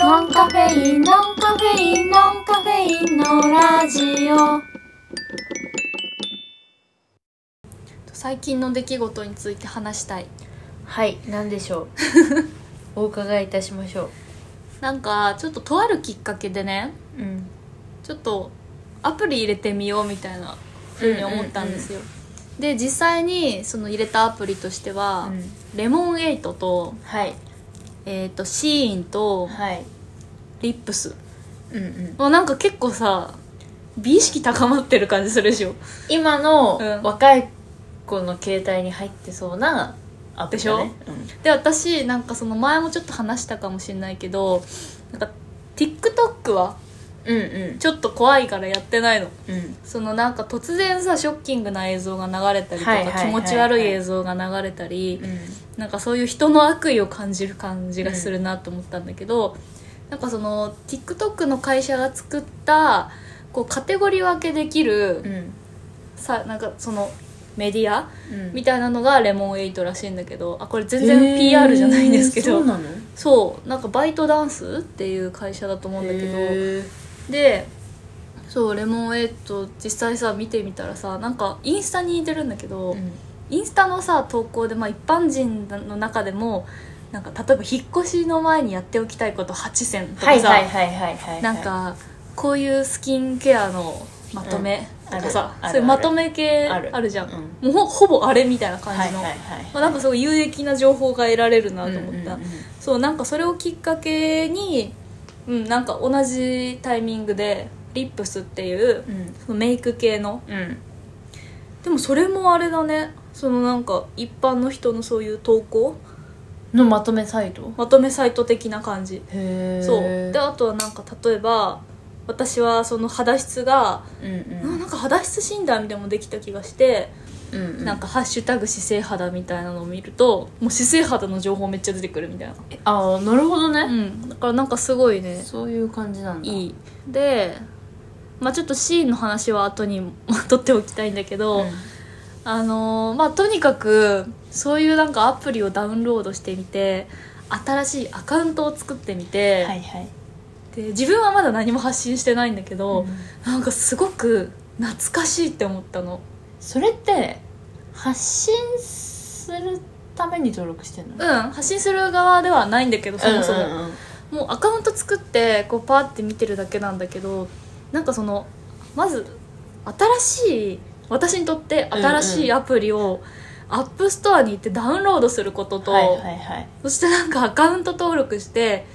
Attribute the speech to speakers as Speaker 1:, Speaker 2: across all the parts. Speaker 1: ノンカフェインノンカフェインノンカフェインのラジオ最近の出来事について話したい
Speaker 2: はい何でし ょうお伺いいたしましょ
Speaker 1: なんかちょっととあるきっかけでね
Speaker 2: ううん
Speaker 1: ちょっとアプリ入れてみようみたいなふうに思ったんですよ、で実際にその入れたアプリとしては、
Speaker 2: うん
Speaker 1: レモンエイトと,、
Speaker 2: はい
Speaker 1: えー、とシーインと
Speaker 2: はい
Speaker 1: リップス
Speaker 2: うんうん
Speaker 1: もうなんか結構さ美意識高まってる感じするでしょ
Speaker 2: 今の
Speaker 1: うん
Speaker 2: 若い子の携帯に入ってそうなアプリだね
Speaker 1: で私なんかその前もちょっと話したかもしれないけどなんか TikTok は
Speaker 2: うんうん
Speaker 1: ちょっと怖いからやってないの
Speaker 2: うん
Speaker 1: そのなんか突然さショッキングな映像が流れたりとか、
Speaker 2: はいはいはいはい
Speaker 1: 気持ち悪い映像が流れたり、
Speaker 2: うん
Speaker 1: なんかそういう人の悪意を感じる感じがするなと思ったんだけど、なんかその TikTok の会社が作ったこうカテゴリー分けできる、
Speaker 2: うん
Speaker 1: さなんかそのメディア
Speaker 2: うん
Speaker 1: みたいなのがレモンエイトらしいんだけどあこれ全然 PR じゃないんですけ
Speaker 2: えー
Speaker 1: ど、
Speaker 2: そうなの
Speaker 1: そうなんかバイトダンスっていう会社だと思うんだけど
Speaker 2: へー
Speaker 1: でそうレモンエイト実際さ見てみたらさなんかインスタに似てるんだけど、
Speaker 2: うん
Speaker 1: インスタのさ投稿で、まあ、一般人の中でもなんか例えば引っ越しの前にやっておきたいこと8選とかさ、
Speaker 2: はいはいはいはいはいはい
Speaker 1: なんかこういうスキンケアのまとめとかさ、
Speaker 2: うんあるある
Speaker 1: そういうまとめ系
Speaker 2: あ
Speaker 1: あ
Speaker 2: る
Speaker 1: るじゃん、
Speaker 2: う
Speaker 1: もうほほぼあれみたいな感
Speaker 2: はい
Speaker 1: じの、
Speaker 2: はいはい
Speaker 1: まあ、なんかすごい有益な情報が得られるなと思った、
Speaker 2: うんうんうん
Speaker 1: そうなんかそれをきっかけに、うん、なんか同じタイミングでリップスっていう
Speaker 2: うん
Speaker 1: そのメイク系の
Speaker 2: うん
Speaker 1: でもそれもあれだねそのなんか一般の人のそういう投稿
Speaker 2: のまとめサイト
Speaker 1: まとめサイト的な感じ
Speaker 2: へえ
Speaker 1: そうであとはなんか例えば私はその肌質が、
Speaker 2: うん
Speaker 1: あなんか肌質診断みたいなのもできた気がして、
Speaker 2: うんうん
Speaker 1: なんか「ハッシュタグ姿勢肌」みたいなのを見るともう姿勢肌の情報めっちゃ出てくるみたいな
Speaker 2: ああなるほどね
Speaker 1: うんだからなんかすごいね
Speaker 2: そういう感じなんだ
Speaker 1: いいでまあちょっとシーンの話は後に取っておきたいんだけど、あのーまあとにかくそういうなんかアプリをダウンロードしてみて新しいアカウントを作ってみて、
Speaker 2: はいはい
Speaker 1: で自分はまだ何も発信してないんだけど、なんかすごく懐かしいって思ったの
Speaker 2: それって発信するために登録してんの
Speaker 1: うん発信する側ではないんだけどそもそも、
Speaker 2: うんうんうん
Speaker 1: もうアカウント作ってこうパーって見てるだけなんだけどなんかそのまず新しい私にとって新
Speaker 2: う
Speaker 1: し
Speaker 2: ん
Speaker 1: い
Speaker 2: うん
Speaker 1: アプリをアップストアに行ってダウンロードすることと、
Speaker 2: はいはいはい
Speaker 1: そしてなんかアカウント登録して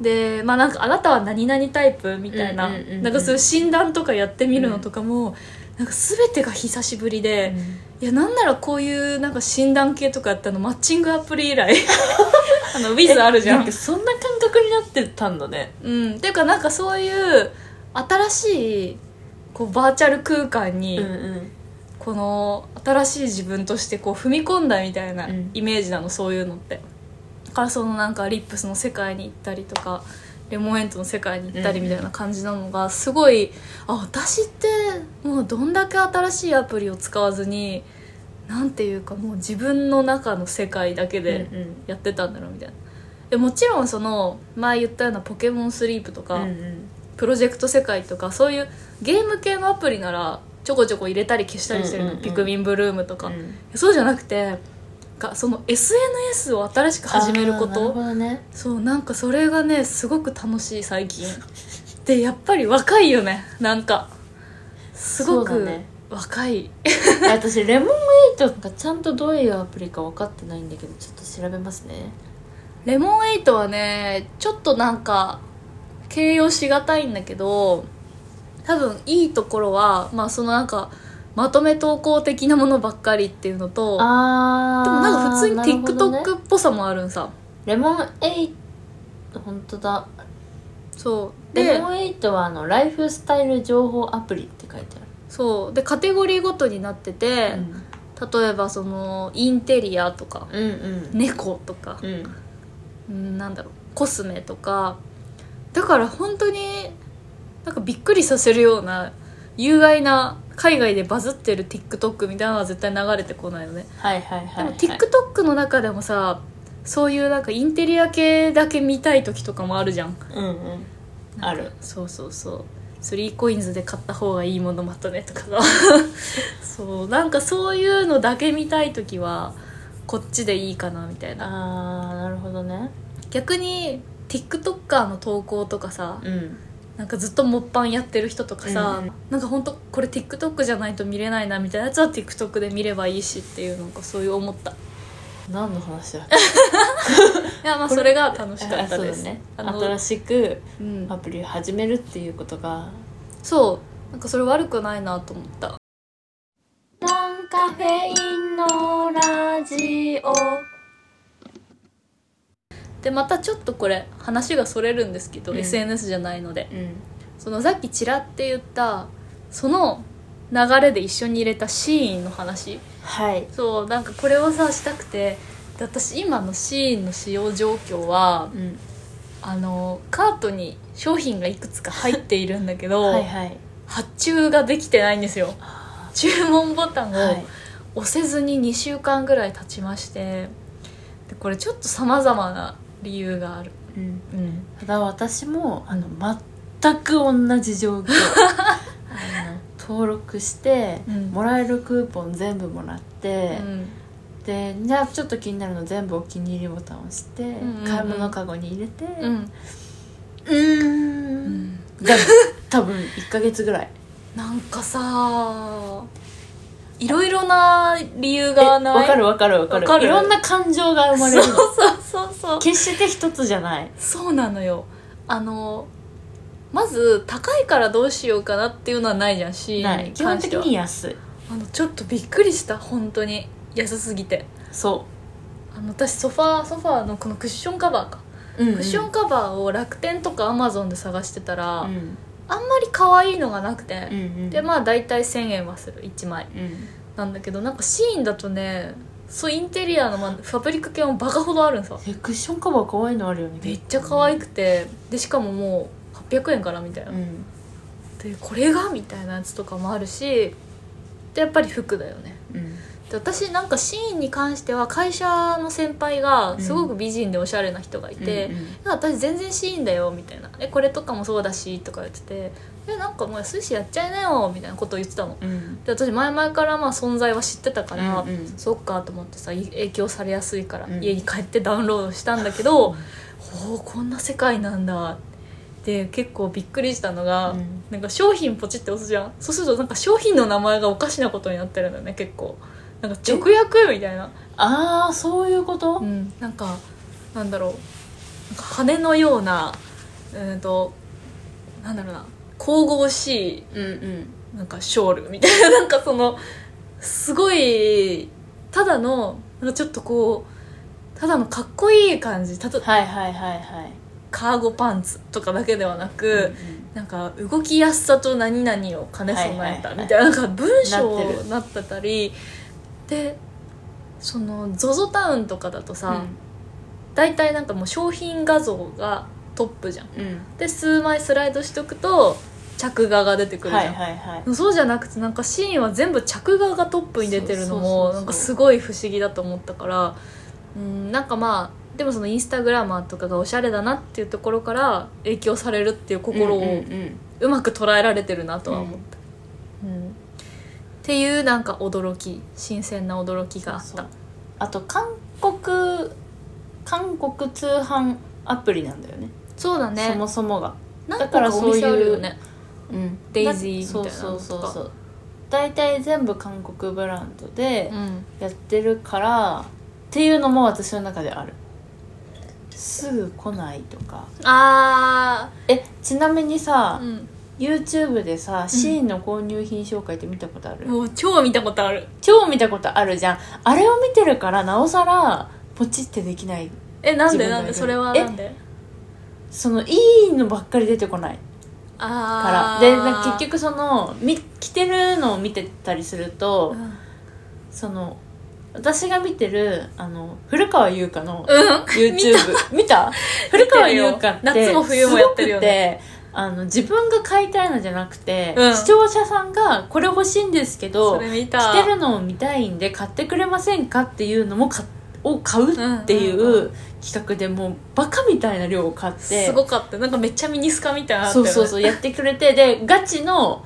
Speaker 1: でまあなんかあなたは何々タイプみたいな、
Speaker 2: うんうんうんうん
Speaker 1: なんかそういう診断とかやってみるのとかも、なんか全てが久しぶりで、いやなんならこういうなんか診断系とかやったのマッチングアプリ以来 あのウィズあるじゃ
Speaker 2: なんかそんな感覚になってたんだね
Speaker 1: うん、っていうかなんかそういう新しいこうバーチャル空間に、
Speaker 2: ん
Speaker 1: この新しい自分としてこう踏み込んだみたいな
Speaker 2: うん
Speaker 1: イメージなの、そういうのってだからそのなんかリップスの世界に行ったりとかレモンエントの世界に行ったりみたいな感じなのがすごい、あ私ってもうどんだけ新しいアプリを使わずになんていうかもう自分の中の世界だけで、
Speaker 2: うんうん
Speaker 1: やってたんだろうみたいなでもちろんその前言ったような「ポケモンスリープ」とか、
Speaker 2: うんうん
Speaker 1: プロジェクト世界」とかそういうゲーム系のアプリならちょこちょこ入れたり消したりしてるの、
Speaker 2: うんうんうん
Speaker 1: ピクミンブルームとか、
Speaker 2: うん
Speaker 1: そうじゃなくてがその SNS を新しく始めるこ
Speaker 2: あーなる
Speaker 1: と
Speaker 2: ほど ね
Speaker 1: そうなんかそれがねすごく楽しい最近でやっぱり若いよねなんかすご
Speaker 2: そう
Speaker 1: く
Speaker 2: だね
Speaker 1: 若い、
Speaker 2: 私レモンエイトがちゃんとどういうアプリか分かってないんだけどちょっと調べますね
Speaker 1: レモンエイトはねちょっとなんか形容しがたいんだけど多分いいところはまあそのなんかまとめ投稿的なものばっかりっていうのとでも
Speaker 2: あー
Speaker 1: なんか普通に
Speaker 2: なるほどね
Speaker 1: TikTok っぽさもあるんさ
Speaker 2: レモンエイト本当だ
Speaker 1: そう
Speaker 2: レ
Speaker 1: で
Speaker 2: モンエイトはあのライフスタイル情報アプリって書いてあ
Speaker 1: そうでカテゴリーごとになってて
Speaker 2: る、、
Speaker 1: 例えばそのインテリアとか
Speaker 2: うんうん
Speaker 1: 猫とか、
Speaker 2: うん
Speaker 1: うん、なんだろうコスメとかだから本当になんかびっくりさせるような有害な海外でバズってる TikTok みたいなのは絶対流れてこないよね
Speaker 2: はいはいは
Speaker 1: で
Speaker 2: い、
Speaker 1: も
Speaker 2: はい、
Speaker 1: TikTok の中でもさそういうなんかインテリア系だけ見たい時とかもあるじゃん
Speaker 2: うんうんある
Speaker 1: そうそうそうスリーコインズで買った方がいいものまとめとかさ そうなんかそういうのだけ見たい時はこっちでいいかなみたいな
Speaker 2: あーなるほどね
Speaker 1: 逆に TikToker の投稿とかさ、
Speaker 2: うん
Speaker 1: なんかずっとモッパンやってる人とかさ、
Speaker 2: うん
Speaker 1: なんかほんとこれ TikTok じゃないと見れないなみたいなやつは TikTok で見ればいいしっていうなんかそういう 思ったい
Speaker 2: 何の話だっ
Speaker 1: やまあ
Speaker 2: これ
Speaker 1: それが楽
Speaker 2: け
Speaker 1: しかったです
Speaker 2: あそうだね
Speaker 1: あの
Speaker 2: 新しく
Speaker 1: うん
Speaker 2: アプリを始めるっていうことが
Speaker 1: そうなんかそれ悪くないなと思った
Speaker 2: ノンカフェインのラジオ
Speaker 1: でまたちょっとこれ話がそれるんですけど、
Speaker 2: うん
Speaker 1: SNS じゃないので
Speaker 2: うん
Speaker 1: そのさっきちらって言ったその流れで一緒に入れたシーンの話
Speaker 2: はい
Speaker 1: そうなんかこれをさしたくてで私今のシーンの使用状況は
Speaker 2: うん
Speaker 1: あのカートに商品がいくつか入っているんだけど、
Speaker 2: はいはい
Speaker 1: 発注ができてないんですよ注文ボタン
Speaker 2: は
Speaker 1: を
Speaker 2: い
Speaker 1: 押せずに2週間ぐらい経ちましてでこれちょっとさまざまな理由がある、
Speaker 2: うん
Speaker 1: うん、
Speaker 2: ただ私もあの全く同じ状 況あの登録して、
Speaker 1: うん
Speaker 2: もらえるクーポン全部もらって、でじゃあちょっと気になるの全部お気に入りボタンを押して、
Speaker 1: んうんうん
Speaker 2: 買い物かごに入れて
Speaker 1: うん、うん
Speaker 2: うー
Speaker 1: うんん
Speaker 2: が多分1か月ぐ らい
Speaker 1: なんかさいろいろな理由が
Speaker 2: え
Speaker 1: ない
Speaker 2: わかるわかるわかる
Speaker 1: わかる
Speaker 2: いろんな感情が生まれる
Speaker 1: そうそうそうそう
Speaker 2: 決して一つじゃない
Speaker 1: そうなのよあのまず高いからどうしようかなっていうのはないじゃんし
Speaker 2: ない基本的に安い
Speaker 1: あのちょっとびっくりした本当に安すぎて
Speaker 2: そ
Speaker 1: あの私ソファーソファーのこのクッションカバーか、
Speaker 2: う、うんうん
Speaker 1: クッションカバーを楽天とかアマゾンで探してたら、
Speaker 2: うん
Speaker 1: あんまり可愛いのがなくて
Speaker 2: う、んうん
Speaker 1: でまあ大体1000円はする1枚
Speaker 2: うん
Speaker 1: なんだけどなんかシーンだとねそうインテリアの、まあ、ファブリック系もバカほどあるんさ
Speaker 2: えクッションカバー可愛いのあるよね
Speaker 1: めっちゃ可愛くてでしかももう800円からみたいな、
Speaker 2: うん
Speaker 1: でこれがみたいなやつとかもあるしでやっぱり服だよね
Speaker 2: うん
Speaker 1: で私なんかシーンに関しては会社の先輩がすごく美人でおしゃれな人がいて、
Speaker 2: うんうん
Speaker 1: いや私全然シーンだよみたいな「えこれとかもそうだし」とか言ってて「えなんかもう安いしやっちゃいなよ」みたいなことを言ってたの
Speaker 2: うん
Speaker 1: で私前々からまあ存在は知ってたから、
Speaker 2: うんうん
Speaker 1: そっかと思ってさい影響されやすいから、
Speaker 2: うん
Speaker 1: 家に帰ってダウンロードしたんだ けどほうこんな世界なんだで結構びっくりしたのが、
Speaker 2: うん
Speaker 1: なんか商品ポチって押すじゃんそうするとなんか商品の名前がおかしなことになってるんだよね結構なんか直訳みたいな、
Speaker 2: ああそういうこと、
Speaker 1: うん、なんかなんだろうなんか羽のようなうんとなんだろうな神々しい
Speaker 2: うんうん
Speaker 1: なんかショールみたいな なんかそのすごいただのなんかちょっとこうただのかっこいい感じたと
Speaker 2: はいはいはいはい
Speaker 1: カーゴパンツとかだけではなく、
Speaker 2: うん
Speaker 1: なんか動きやすさと何々を兼ね備えたみたいな,、なんか文章
Speaker 2: なってる
Speaker 1: になってたりでその ZOZO タウンとかだとさ、大体なんかもう商品画像がトップじゃん
Speaker 2: うんうん
Speaker 1: で数枚スライドしとくと着画が出てくるじゃん、
Speaker 2: はいはいはい
Speaker 1: そうじゃなくてなんかシーンは全部着画がトップに出てるの
Speaker 2: そうそうそう
Speaker 1: も
Speaker 2: そう
Speaker 1: なんかすごい不思議だと思ったからうんなんかまあでもそのインスタグラマーとかがおしゃれだなっていうところから影響されるっていう心
Speaker 2: うんう
Speaker 1: を
Speaker 2: んうん
Speaker 1: うまく捉えられてるなとは思った、うんっていうなんか驚き新鮮な驚きがあった
Speaker 2: そうそうあと韓国韓国通販アプリなんだよね
Speaker 1: そうだね
Speaker 2: そもそもが
Speaker 1: 何個かお店あるよね
Speaker 2: うん
Speaker 1: デイジーみたいなの
Speaker 2: そ
Speaker 1: とか
Speaker 2: うそうそうそう大体全部韓国ブランドで
Speaker 1: うん
Speaker 2: やってるから、っていうのも私の中であるすぐ来ないとか
Speaker 1: あ
Speaker 2: えちなみに
Speaker 1: あ、
Speaker 2: さ、
Speaker 1: うん
Speaker 2: YouTube でさシーンの購入品紹介って見たことある、
Speaker 1: もう超見たことある
Speaker 2: 超見たことあるじゃんあれを見てるからなおさらポチってできない
Speaker 1: えなんで
Speaker 2: 自分の
Speaker 1: なんで
Speaker 2: 間
Speaker 1: それはなんで
Speaker 2: そのいいのばっかり出てこないから
Speaker 1: ああ
Speaker 2: でな結局そのみ着てるのを見てたりすると、
Speaker 1: うん
Speaker 2: その私が見てるあの古川優香の
Speaker 1: うん
Speaker 2: YouTube 見た古川優香って
Speaker 1: 夏も冬もやってるよね
Speaker 2: すごくてあの自分が買いたいのじゃなくて、
Speaker 1: うん
Speaker 2: 視聴者さんがこれ欲しいんですけ
Speaker 1: そ
Speaker 2: ど
Speaker 1: れ見た
Speaker 2: 着てるのを見たいんで買ってくれませんかっていうのもかを買うってい
Speaker 1: んうんう
Speaker 2: う企画でもうバカみたいな量を買って
Speaker 1: すごかったなんかめっちゃミニスカみたいなのあ
Speaker 2: そ
Speaker 1: ったよ
Speaker 2: う
Speaker 1: ね
Speaker 2: そうそうやってくれてでガチの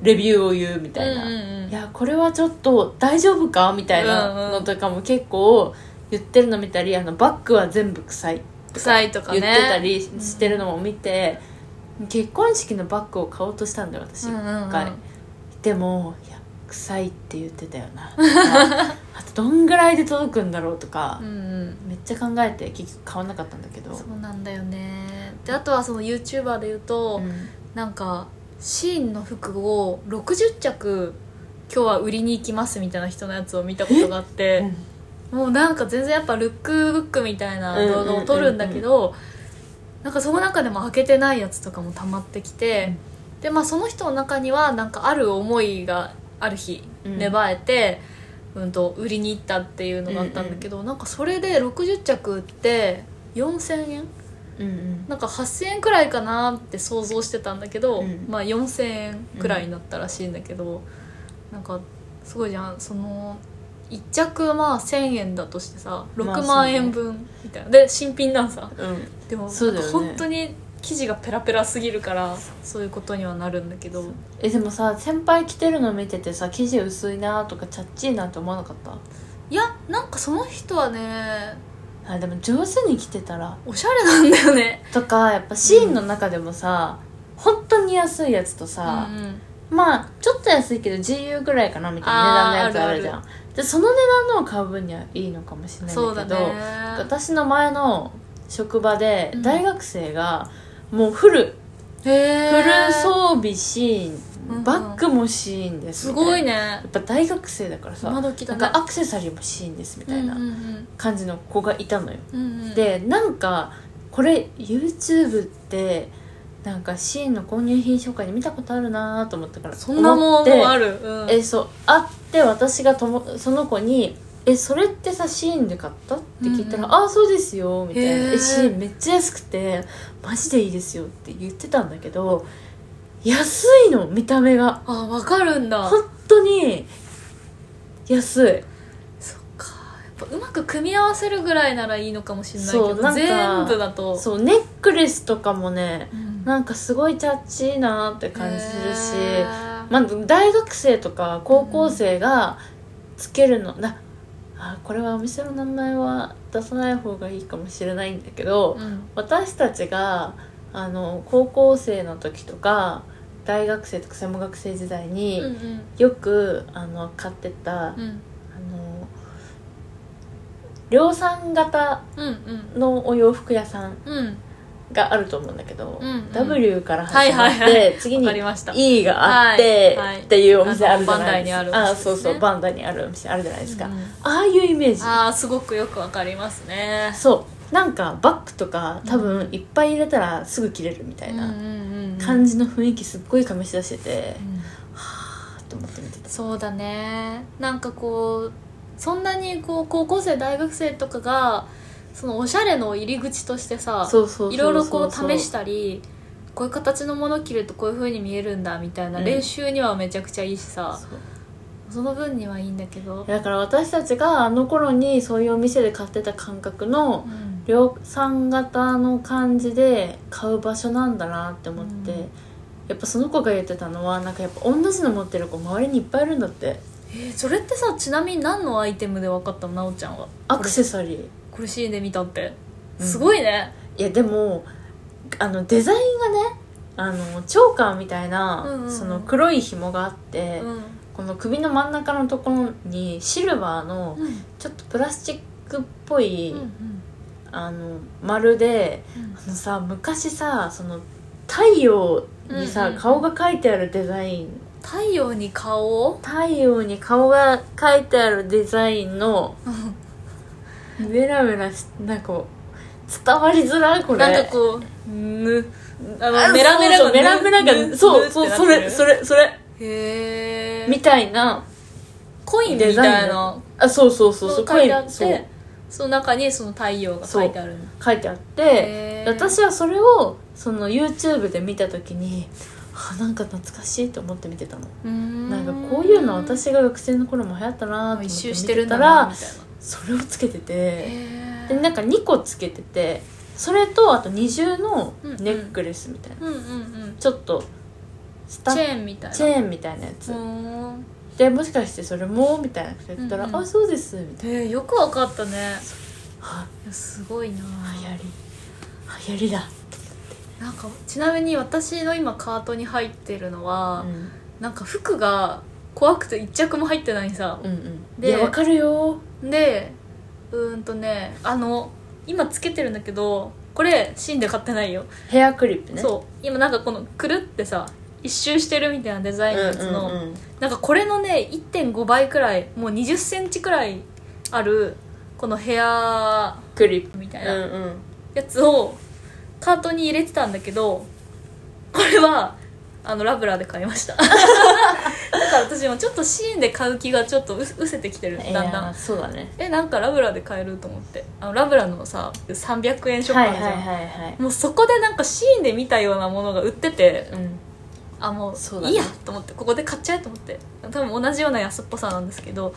Speaker 2: レビューを言うみたいな、
Speaker 1: うんうんうん
Speaker 2: いやこれはちょっと大丈夫かみたいなのとかも結構言ってるの見たりあのバッグは全部臭い
Speaker 1: 臭いとか
Speaker 2: 言っ
Speaker 1: ね
Speaker 2: てたりしてるのも見て、結婚式のバッグを買おうとしたんだよ私、
Speaker 1: うんうんうん
Speaker 2: 一回でもいや臭いって言ってたよ なあとどんぐらいで届くんだろうとか
Speaker 1: う、んうん
Speaker 2: めっちゃ考えて結局買わなかったんだけど
Speaker 1: そうなんだよねであとはその YouTuber で言うと、
Speaker 2: うん
Speaker 1: なんかシーンの服を60着今日は売りに行きますみたいな人のやつを見たことがあって、もうなんか全然やっぱルックブックみたいな動画を撮るんだけど、なんかその中でも開けてないやつとかも溜まってきて、でまあその人の中にはなんかある思いがある日
Speaker 2: うん
Speaker 1: 芽生えて、うんと売りに行ったっていうのがあったんだけど、なんかそれで60着売って4000円
Speaker 2: うんうん
Speaker 1: なんか8000円くらいかなって想像してたんだけど、
Speaker 2: うん
Speaker 1: まあ4000円くらいになったらしいんだけど、なんかすごいじゃんその1着まあ1000円だとしてさ
Speaker 2: まあ
Speaker 1: 6
Speaker 2: そう
Speaker 1: 万
Speaker 2: ね
Speaker 1: 円分みたいな、で新品なんさ
Speaker 2: うん
Speaker 1: でも
Speaker 2: そう
Speaker 1: なん
Speaker 2: だ
Speaker 1: か
Speaker 2: よね
Speaker 1: 本当に生地がペラペラすぎるからそういうことにはなるんだけど
Speaker 2: えでもさ先輩着てるの見ててさ生地薄いなとかチャッチーなって思わなかった
Speaker 1: いやなんかその人はね
Speaker 2: あでも上手に着てたら
Speaker 1: おしゃれなんだよね
Speaker 2: とかやっぱシーンの中でもさ、本当に安いやつとさ
Speaker 1: う、んうん
Speaker 2: まあちょっと安いけど GU ぐらいかなみたいな値段のやつ
Speaker 1: あー
Speaker 2: あるじゃんでその値段のを買う分にはいいのかもしれないんだけど
Speaker 1: そうだね
Speaker 2: 私の前の職場で
Speaker 1: うん
Speaker 2: 大学生がもうフル、
Speaker 1: へえ
Speaker 2: フル装備シーン、
Speaker 1: うんうん
Speaker 2: バッグもシーンです
Speaker 1: す
Speaker 2: みた
Speaker 1: ご
Speaker 2: な
Speaker 1: いね
Speaker 2: やっぱ大学生だからさ、
Speaker 1: 今時だ
Speaker 2: なん
Speaker 1: ね
Speaker 2: かアクセサリーもシーンですみたい
Speaker 1: うん
Speaker 2: な
Speaker 1: うん
Speaker 2: 感じの子がいたのよ、
Speaker 1: うんうんうん
Speaker 2: でなんかこれ YouTube ってなんかシーンの購入品紹介で見たことあるなと思ったから
Speaker 1: そんな
Speaker 2: 思
Speaker 1: も
Speaker 2: って
Speaker 1: のある、うん、
Speaker 2: えそうあって私がともその子に「えそれってさシーンで買った?」って聞いたら「
Speaker 1: うんうん
Speaker 2: ああそうですよ」みたいな
Speaker 1: へー
Speaker 2: 「えシーンめっちゃ安くてマジでいいですよ」って言ってたんだけど安いの見た目が
Speaker 1: あ分かるんだ
Speaker 2: 本当に安い
Speaker 1: そっかやっぱうまく組み合わせるぐらいならいいのかもしれないけ
Speaker 2: そ
Speaker 1: ど
Speaker 2: うなんか
Speaker 1: 全部だと
Speaker 2: そうネックレスとかもね
Speaker 1: うん
Speaker 2: なんかすごいチャッチーなって感じするし、
Speaker 1: へー
Speaker 2: まあ、大学生とか高校生がつけるの、なあこれはお店の名前は出さない方がいいかもしれないんだけど、
Speaker 1: うん
Speaker 2: 私たちがあの高校生の時とか大学生とか専門学生時代
Speaker 1: う
Speaker 2: に
Speaker 1: んうん
Speaker 2: よくあの買ってた、
Speaker 1: うん
Speaker 2: あの量産型
Speaker 1: うん
Speaker 2: のお洋服屋さん
Speaker 1: うんうん
Speaker 2: があると思うんだけど、
Speaker 1: うんうん
Speaker 2: W から始まって、
Speaker 1: はいはい
Speaker 2: 次
Speaker 1: わ
Speaker 2: に
Speaker 1: かりました
Speaker 2: E があって、
Speaker 1: はいはい
Speaker 2: っていうお店あるじゃ
Speaker 1: あのバンダ
Speaker 2: な
Speaker 1: イ
Speaker 2: い
Speaker 1: に
Speaker 2: で
Speaker 1: ある
Speaker 2: す
Speaker 1: お
Speaker 2: か
Speaker 1: 店
Speaker 2: あ
Speaker 1: ですね
Speaker 2: そうそうバンダイにあるお店あるじゃないですか、
Speaker 1: うんうん
Speaker 2: ああいうイメージ
Speaker 1: ああすごくよくわかりますね
Speaker 2: そうなんかバッグとか多分いっぱい入れたらすぐ切れるみたいな感
Speaker 1: じ、
Speaker 2: じの雰囲気すっごいかみし出してて
Speaker 1: う、ん
Speaker 2: あーって思って見てた
Speaker 1: そうだねなんかこうそんなにこう高校生大学生とかがそのおしゃれの入り口としてさ
Speaker 2: そうそうそうそう
Speaker 1: いろいろこう試したりこういう形のもの着るとこういう風に見えるんだみたいな
Speaker 2: うん
Speaker 1: 練習にはめちゃくちゃいいしさ、
Speaker 2: そう
Speaker 1: その分にはいいんだけど、
Speaker 2: だから私たちがあの頃にそういうお店で買ってた感覚の
Speaker 1: うん
Speaker 2: 量産型の感じで買う場所なんだなって思って、
Speaker 1: うん
Speaker 2: やっぱその子が言ってたのはなんかやっぱ同じの持ってる子周りにいっぱいいるんだって
Speaker 1: えーそれってさちなみに何のアイテムで分かったのなおちゃんは
Speaker 2: アクセサリー
Speaker 1: これシーンで見たって
Speaker 2: うん
Speaker 1: すごいね、
Speaker 2: いやでもあのデザインがねあのチョーカーみたいな、
Speaker 1: うんうんうん
Speaker 2: その黒い紐があって、
Speaker 1: うん
Speaker 2: この首の真ん中のところにシルバーの
Speaker 1: うん
Speaker 2: ちょっとプラスチックっぽい、
Speaker 1: うん
Speaker 2: あの丸で
Speaker 1: うん
Speaker 2: あのさ昔さその太陽にさ、
Speaker 1: うんうんうん
Speaker 2: 顔が描いてあるデザイン
Speaker 1: 太陽に顔を
Speaker 2: 太陽に顔が描いてあるデザインのメラメラしなんかこう伝わりづらいこれ
Speaker 1: なんかこうぬあ
Speaker 2: あ
Speaker 1: のメラメラ
Speaker 2: そうそうメラ
Speaker 1: ぬ
Speaker 2: メラが
Speaker 1: ぬ
Speaker 2: そう
Speaker 1: ぬ
Speaker 2: そう
Speaker 1: って
Speaker 2: そ
Speaker 1: なって
Speaker 2: れ
Speaker 1: る
Speaker 2: それそれ
Speaker 1: へえ
Speaker 2: みたいな
Speaker 1: コインみたいな
Speaker 2: あそうそうそうそう
Speaker 1: の書いてあって
Speaker 2: そう
Speaker 1: その中にその太陽が書いてあるの
Speaker 2: 書いてあって
Speaker 1: へー
Speaker 2: 私はそれをその YouTube で見た時にあなんか懐かしいと思って見てたの
Speaker 1: うーん
Speaker 2: なんかこういうの私が学生の頃も流行ったなと思って
Speaker 1: 一周
Speaker 2: 見
Speaker 1: してる
Speaker 2: て
Speaker 1: ん
Speaker 2: た
Speaker 1: だな
Speaker 2: ら
Speaker 1: みたいな
Speaker 2: それをつけてて
Speaker 1: へー
Speaker 2: でなんか2個つけててそれとあと二重のネックレスみたいな、
Speaker 1: うんうんうん
Speaker 2: ちょっとスタ
Speaker 1: チェーンみたいな
Speaker 2: チェーンみたいなやつ、
Speaker 1: うーん
Speaker 2: でもしかしてそれもみたいなこと言ったら「
Speaker 1: うんうん
Speaker 2: あそうです」みたい
Speaker 1: えーよくわかったね
Speaker 2: な「はい
Speaker 1: やすごいな
Speaker 2: 流行り流行りだ」
Speaker 1: なんかちなみに私の今カートに入ってるのは、
Speaker 2: うん
Speaker 1: なんか服が怖くて一着も入ってないさ
Speaker 2: うんうん
Speaker 1: で
Speaker 2: いやわかるよ
Speaker 1: でうーんとねあの今つけてるんだけどこれシンで買ってないよ、
Speaker 2: ヘアクリップねう
Speaker 1: そう今なんかこのくるってさ一周してるみたいなデザインのやつの、
Speaker 2: んうんうん
Speaker 1: なんかこれのね1.5倍くらいもう2 0センチくらいあるこのヘア
Speaker 2: クリップ
Speaker 1: みたい
Speaker 2: うん
Speaker 1: な
Speaker 2: うん
Speaker 1: やつをカートに入れてたんだけどこれはあのラブラーで買い ましただから私もちょっとシーンで買う気がちょっとう失せてきてるだん
Speaker 2: い
Speaker 1: だ
Speaker 2: や
Speaker 1: ん
Speaker 2: そうだね
Speaker 1: えなんかラブラーで買えると思ってあのラブラーのさ300円ショップ
Speaker 2: は
Speaker 1: あ
Speaker 2: い
Speaker 1: るじゃん、
Speaker 2: はいはいはい
Speaker 1: もうそこでなんかシーンで見たようなものが売ってて
Speaker 2: うん
Speaker 1: あもう
Speaker 2: そうだね
Speaker 1: いいやと思ってここで買っちゃえと思って多分同じような安っぽさなんですけど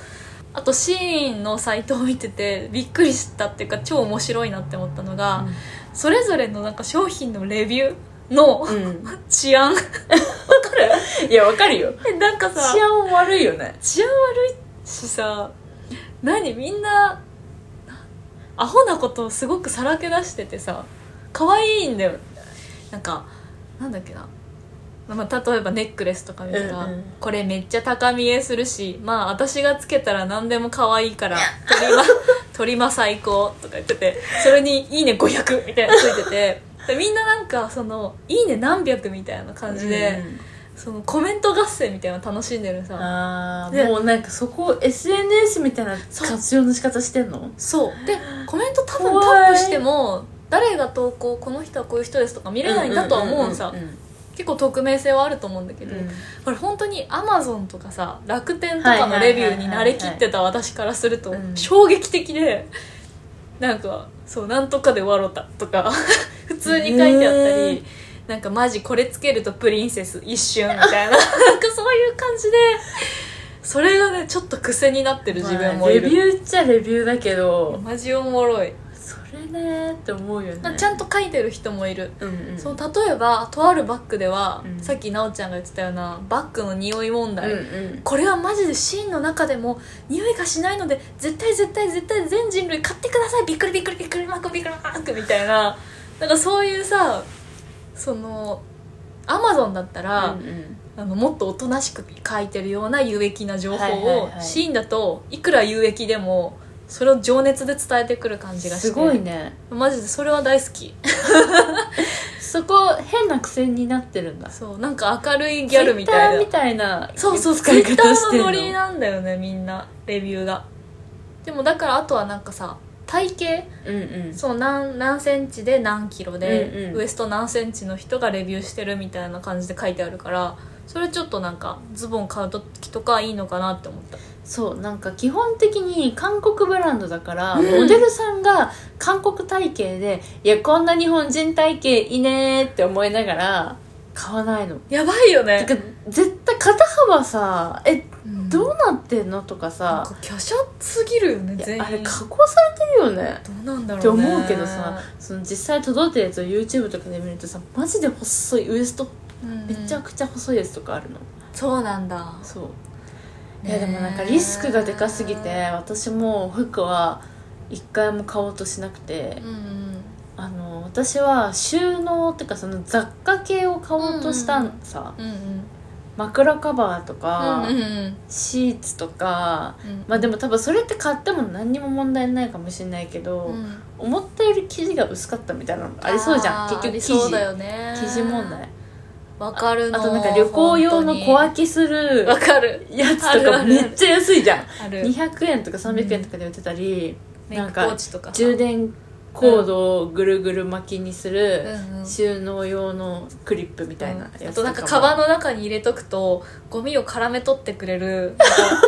Speaker 1: あとシーンのサイトを見ててびっくりしたっていうか超面白いなって思ったのが、それぞれのなんか商品のレビューの
Speaker 2: うん
Speaker 1: 治安 わかる
Speaker 2: いやわかるよ
Speaker 1: えなんかさ
Speaker 2: 治安も悪いよね
Speaker 1: 治安悪いしさ何みんななアホなことをすごくさらけ出しててさ可愛いんだよなんかなんだっけな、まあ、例えばネックレスとか見たら、
Speaker 2: うんうん
Speaker 1: これめっちゃ高見えするしまあ私がつけたら何でも可愛いから取 りま取りま最高とか言っててそれに「いいね500」みたいなのついててでみんななんかその「いいね何百」みたいな感じで、
Speaker 2: うん
Speaker 1: そのコメント合戦みたいなの楽しんでるさ
Speaker 2: あ
Speaker 1: で
Speaker 2: あもうなんかそこ SNS みたいな
Speaker 1: そう
Speaker 2: 活用の仕方してんの
Speaker 1: そう でコメント多分
Speaker 2: 怖い
Speaker 1: タップしても誰が投稿この人はこういう人ですとか見れないんだとは思うさ
Speaker 2: んん
Speaker 1: 結構匿名性はあると思うんだけ
Speaker 2: うん
Speaker 1: ど、
Speaker 2: うん
Speaker 1: これ本当にアマゾンとかさ楽天とかのレビューに慣れきってた私からすると
Speaker 2: うん
Speaker 1: 衝撃的でなんかそう「なんとかで笑った」とか 普通に書いてあった
Speaker 2: へ
Speaker 1: り
Speaker 2: ー。
Speaker 1: なんかマジこれつけるとプリンセス一瞬みたいな なんかそういう感じでそれがねちょっと癖になってる自分もい
Speaker 2: まあレ
Speaker 1: る、
Speaker 2: ビューっちゃレビューだけど
Speaker 1: マジおもろい
Speaker 2: それねーって思うよね
Speaker 1: まあ、ちゃんと書いてる人もいる、
Speaker 2: うんうん
Speaker 1: そう例えばとあるバッグでは、
Speaker 2: うん
Speaker 1: さっき奈緒ちゃんが言ってたようなバッグの匂い問題、
Speaker 2: うんうん
Speaker 1: これはマジでシーンの中でも匂いがしないので絶対絶対絶対全人類買ってくださいびっくりびっくりびっくりマークびっくりマークみたいななんかそういうさそのアマゾンだったら、
Speaker 2: うんうん
Speaker 1: あのもっとおとなしく書いてるような有益な情報を、
Speaker 2: はいはいはい
Speaker 1: シーンだといくら有益でもそれを情熱で伝えてくる感じがして
Speaker 2: すごいね
Speaker 1: マジでそれは大好き
Speaker 2: そこ変な癖になってるんだ
Speaker 1: そうなんか明るいギャルみた
Speaker 2: Twitter
Speaker 1: いな
Speaker 2: みたいな
Speaker 1: そうそう
Speaker 2: 使い方し
Speaker 1: Twitter
Speaker 2: て
Speaker 1: のノ
Speaker 2: る
Speaker 1: リ
Speaker 2: の
Speaker 1: なんだよねみんなレビューがでもだからあとはなんかさ体型
Speaker 2: うんうん
Speaker 1: そう何何センチで何キロで、
Speaker 2: うんうん
Speaker 1: ウエスト何センチの人がレビューしてるみたいな感じで書いてあるからそれちょっとなんかズボン買う時とかいいのかなって思った
Speaker 2: そうなんか基本的に韓国ブランドだから、
Speaker 1: うん
Speaker 2: モデルさんが韓国体型でいやこんな日本人体型いいねーって思いながら買わないの
Speaker 1: やばいよ
Speaker 2: て
Speaker 1: ね
Speaker 2: か絶対肩幅さえ
Speaker 1: う
Speaker 2: どうなってんのとか
Speaker 1: なん
Speaker 2: さ
Speaker 1: か華奢すぎるよね
Speaker 2: いや
Speaker 1: 全員
Speaker 2: あれ加工されてるよね
Speaker 1: どうなんだ
Speaker 2: っ
Speaker 1: ろ
Speaker 2: て
Speaker 1: うね
Speaker 2: 思うけどさその実際届いたやつを YouTube とかで見るとさマジで細いウエスト
Speaker 1: うん
Speaker 2: めちゃくちゃ細いやつとかあるの、
Speaker 1: そうなんだ
Speaker 2: そうい
Speaker 1: ね
Speaker 2: やでもなんかリスクがでかすぎて私も服は一回も買おうとしなくて
Speaker 1: うんうん
Speaker 2: あの私は収納っていうかその雑貨系を買おうとしたんさ、
Speaker 1: うんうん
Speaker 2: 枕カバーとか、
Speaker 1: うんうんうん
Speaker 2: シーツとか
Speaker 1: うん
Speaker 2: まあでも多分それって買っても何にも問題ないかもしれないけど、
Speaker 1: うん
Speaker 2: 思ったより生地が薄かったみたいなのありそうじゃん
Speaker 1: あー
Speaker 2: 結
Speaker 1: あ
Speaker 2: 局
Speaker 1: り
Speaker 2: 生
Speaker 1: そう
Speaker 2: 地、
Speaker 1: だよね
Speaker 2: 生地問題
Speaker 1: わかるの
Speaker 2: あとなんか旅行用の小
Speaker 1: 本
Speaker 2: 分けす
Speaker 1: 当
Speaker 2: る
Speaker 1: にわかる
Speaker 2: や
Speaker 1: あ
Speaker 2: つと
Speaker 1: るあ
Speaker 2: か
Speaker 1: る
Speaker 2: めっちゃ安いじゃん
Speaker 1: ある
Speaker 2: 200円とか300円とかで売ってたり、
Speaker 1: メイ
Speaker 2: なん
Speaker 1: ク
Speaker 2: か
Speaker 1: ポーチとかさ
Speaker 2: 充電コードをぐるぐる巻きにす
Speaker 1: うん
Speaker 2: る
Speaker 1: うん
Speaker 2: 収納用のクリップみたいな
Speaker 1: あ
Speaker 2: やつ
Speaker 1: となんかカ
Speaker 2: も
Speaker 1: バンの中に入れとくとゴミを絡め取ってくれるなんか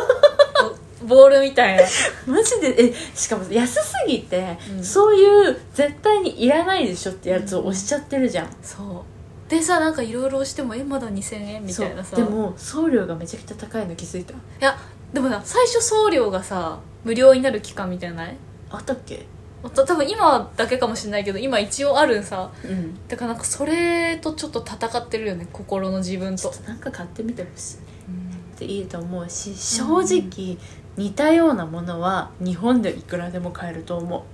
Speaker 1: こうボールみたいな
Speaker 2: マジでえしかも安すぎて、
Speaker 1: うん
Speaker 2: そういう絶対にいらないでしょってやつを押しちゃってるじゃん、
Speaker 1: そうでさなんかいろいろ押してもえまだ2000円みたいなさ
Speaker 2: そうでも送料がめちゃくちゃ高いの気づいた
Speaker 1: いやでもさ最初送料がさ無料になる期間みたいなのない
Speaker 2: あったっけ
Speaker 1: た多分今だけかもしれないけど今一応あるんさ
Speaker 2: うん
Speaker 1: だからなんかそれとちょっと戦ってるよね心の自分
Speaker 2: ちょ
Speaker 1: と
Speaker 2: っとなんか買ってみてほしい
Speaker 1: うん
Speaker 2: っていいと思うし正直似たようなものは日本でいくらでも買えると思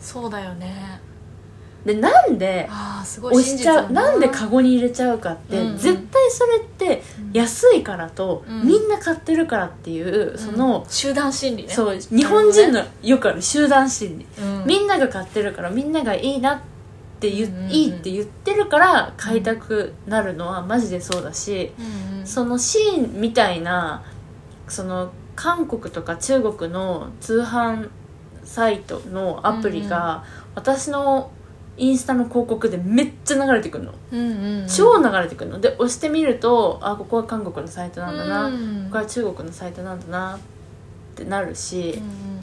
Speaker 1: そうだよね
Speaker 2: うでなんで
Speaker 1: ああすごい
Speaker 2: 押しちゃう
Speaker 1: 真実だ
Speaker 2: なんでカゴに入れちゃうかって、
Speaker 1: うんうん
Speaker 2: 絶対それって
Speaker 1: うん
Speaker 2: 安いからと、
Speaker 1: うん
Speaker 2: みんな買ってるからっていうその
Speaker 1: うん、集団心理ね
Speaker 2: そう日本人のよくある集団心理、
Speaker 1: うん
Speaker 2: みんなが買ってるからみんながいいなって言,、
Speaker 1: うんうんうん
Speaker 2: いいって言ってるから買いたくなるのはマジでそうだし、
Speaker 1: うんうん
Speaker 2: そのシーンみたいなその韓国とか中国の通販サイトのアプリが、私のインスタの広告でめっちゃ流れてくるの、
Speaker 1: うんうんうん
Speaker 2: 超流れてくるので押してみるとあここは韓国のサイトなんだな、
Speaker 1: う
Speaker 2: こ
Speaker 1: ん
Speaker 2: こは中国のサイトなんだなってなるし、
Speaker 1: うん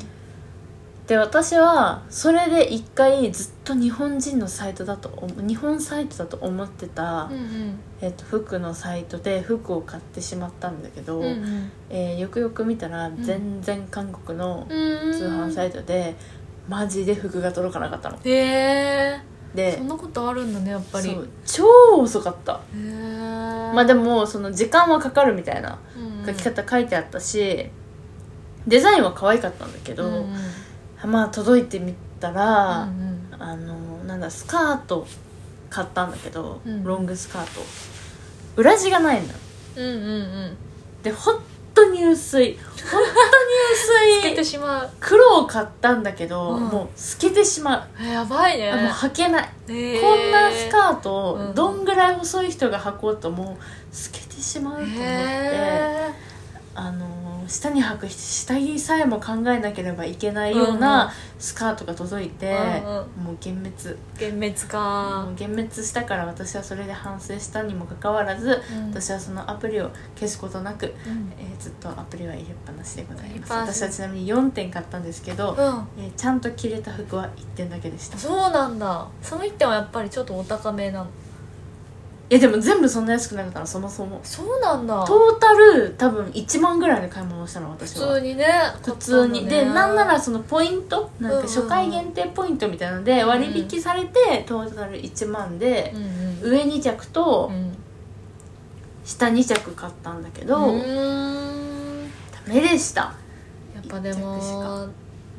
Speaker 2: で私はそれで一回ずっと日本人のサイトだと思日本サイトだと思ってた、
Speaker 1: うん
Speaker 2: えっと服のサイトで服を買ってしまったんだけど、
Speaker 1: うんうん
Speaker 2: えーよくよく見たら全然韓国の
Speaker 1: うん
Speaker 2: 通販サイトで、マジで服が届かなかったの。
Speaker 1: へえ
Speaker 2: で
Speaker 1: そんなことあるんだねやっぱり
Speaker 2: そう超遅かった、
Speaker 1: へえ
Speaker 2: まあでもその時間はかかるみたいな書
Speaker 1: 書
Speaker 2: き方書いてあったし、デザインは可愛かったんだけど、まあ届いてみたら。あのなんだスカート買ったんだけど、
Speaker 1: うん
Speaker 2: ロングスカート裏地がないんだ
Speaker 1: うんうんうん
Speaker 2: で本当に薄い本
Speaker 1: つ
Speaker 2: 当
Speaker 1: け
Speaker 2: に薄
Speaker 1: て
Speaker 2: い
Speaker 1: しまう
Speaker 2: 黒を買ったんだけど、
Speaker 1: うん
Speaker 2: もう透けてしまう、
Speaker 1: えやばいね
Speaker 2: あもう履けない、
Speaker 1: へー
Speaker 2: こんなスカート
Speaker 1: う
Speaker 2: を
Speaker 1: ん
Speaker 2: どんぐらい細い人が履こうともう透けてしまうと思って、
Speaker 1: へ
Speaker 2: あの下に履く下着さえも考えなければいけないようなスカートが届いて、
Speaker 1: うんうん
Speaker 2: もう幻滅
Speaker 1: ー幻滅
Speaker 2: もう
Speaker 1: か
Speaker 2: 幻滅したから私はそれで反省したにもかかわらず、
Speaker 1: うん
Speaker 2: 私はそのアプリを消すことなく、
Speaker 1: うん
Speaker 2: えーずっとアプリは入れっぱなしでござい
Speaker 1: 入れっ
Speaker 2: ます
Speaker 1: ぱなし
Speaker 2: 私はちなみに4点買ったんですけど、
Speaker 1: うん
Speaker 2: えーちゃんと着れた服は1点だけでしたい
Speaker 1: そうなんだその一点はやっぱりちょっとお高めなの
Speaker 2: やでも全部そんな安くなかったのそもそも
Speaker 1: そうなんだ
Speaker 2: トータル多分1万ぐらいの買い物をしたの
Speaker 1: 普
Speaker 2: 私は
Speaker 1: 通にね
Speaker 2: 普通に、でなんならそのポイントなん
Speaker 1: うん
Speaker 2: か初回限定ポイントみたいなので
Speaker 1: うん
Speaker 2: 割引されてトータル1万で
Speaker 1: う、んうん
Speaker 2: 上2着と
Speaker 1: うん
Speaker 2: 下2着買ったんだけど、
Speaker 1: うーん
Speaker 2: ダメでした
Speaker 1: やっぱで
Speaker 2: 一着し
Speaker 1: も
Speaker 2: か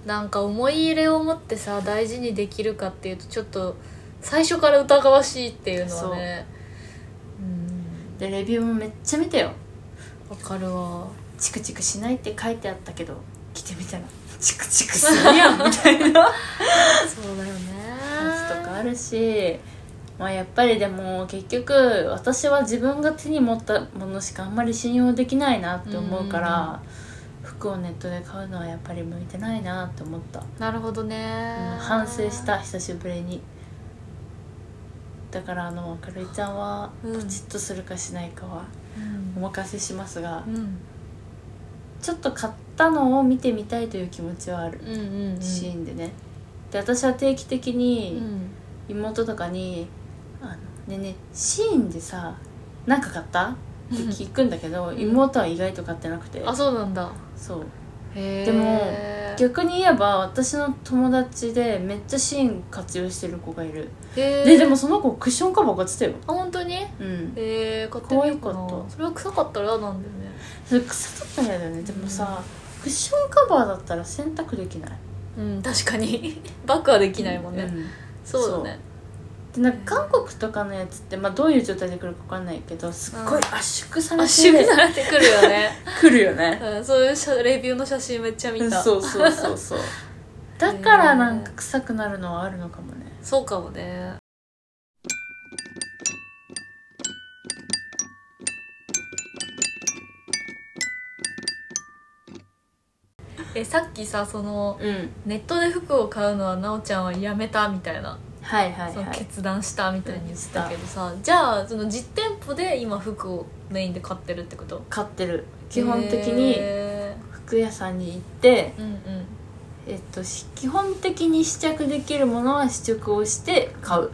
Speaker 1: なんか思い入れを持ってさ大事にできるかっていうとちょっと最初から疑わしいっていうのはねうん
Speaker 2: でレビューもめっちゃ見たよ
Speaker 1: わかる わ
Speaker 2: チクチクしないって書いてあったけど着てみたらチクチクするやんみたいなや
Speaker 1: そうだよね
Speaker 2: つとかあるしまあやっぱりでも結局私は自分が手に持ったものしかあんまり信用できないなって思うから、服をネットで買うのはやっぱり向いてないなって思った、
Speaker 1: なるほどね
Speaker 2: うん反省した久しぶりにだからあのくるいちゃんは
Speaker 1: うん
Speaker 2: ポチッとするかしないかは
Speaker 1: うん
Speaker 2: お任せしますが、
Speaker 1: うん
Speaker 2: ちょっと買ったのを見てみたいという気持ちはある
Speaker 1: うんうんうん
Speaker 2: シーンでね、で私は定期的
Speaker 1: う
Speaker 2: に
Speaker 1: ん
Speaker 2: 妹とかに「あのねえねえシーンでさ何か買った?」って聞くんだけど、
Speaker 1: ん
Speaker 2: 妹は意外と買ってなくて
Speaker 1: あそうなんだ
Speaker 2: そう
Speaker 1: へえ
Speaker 2: でも逆に言えば私の友達でめっちゃシーン活用してる子がいる、
Speaker 1: へえ
Speaker 2: ででもその子クッションカバー買ってたよ
Speaker 1: あ本当に
Speaker 2: うん
Speaker 1: へえ買ってみようか
Speaker 2: 可愛かっ
Speaker 1: な
Speaker 2: た
Speaker 1: それは臭かったら嫌なんだよね
Speaker 2: それ草取ったら嫌だよねでもさ、クッションカバーだったら洗濯できない
Speaker 1: うん確かに バックはできないもんね、
Speaker 2: うん
Speaker 1: そうだね
Speaker 2: でなんか韓国とかのやつって、まあ、どういう状態で来るか分かんないけどすっごい圧縮され
Speaker 1: 圧縮
Speaker 2: て
Speaker 1: されてくるよね、
Speaker 2: 来るよね
Speaker 1: うん、そういう写レビューの写真めっちゃ見た
Speaker 2: そうそうそうそう だからなんか臭くなるのはあるのかもね
Speaker 1: そうかもねえさっきさその
Speaker 2: うん
Speaker 1: ネットで服を買うのはなおちゃんはやめたみたいな、
Speaker 2: はいはい
Speaker 1: そ
Speaker 2: は
Speaker 1: の
Speaker 2: い
Speaker 1: 決断したみたいに言ってたけどさじゃあその実店舗で今服をメインで買ってるってこと
Speaker 2: 買ってる基本的に
Speaker 1: へー
Speaker 2: 服屋さんに行って、
Speaker 1: うんうん
Speaker 2: えっと、し基本的に試着できるものは試着をして買う、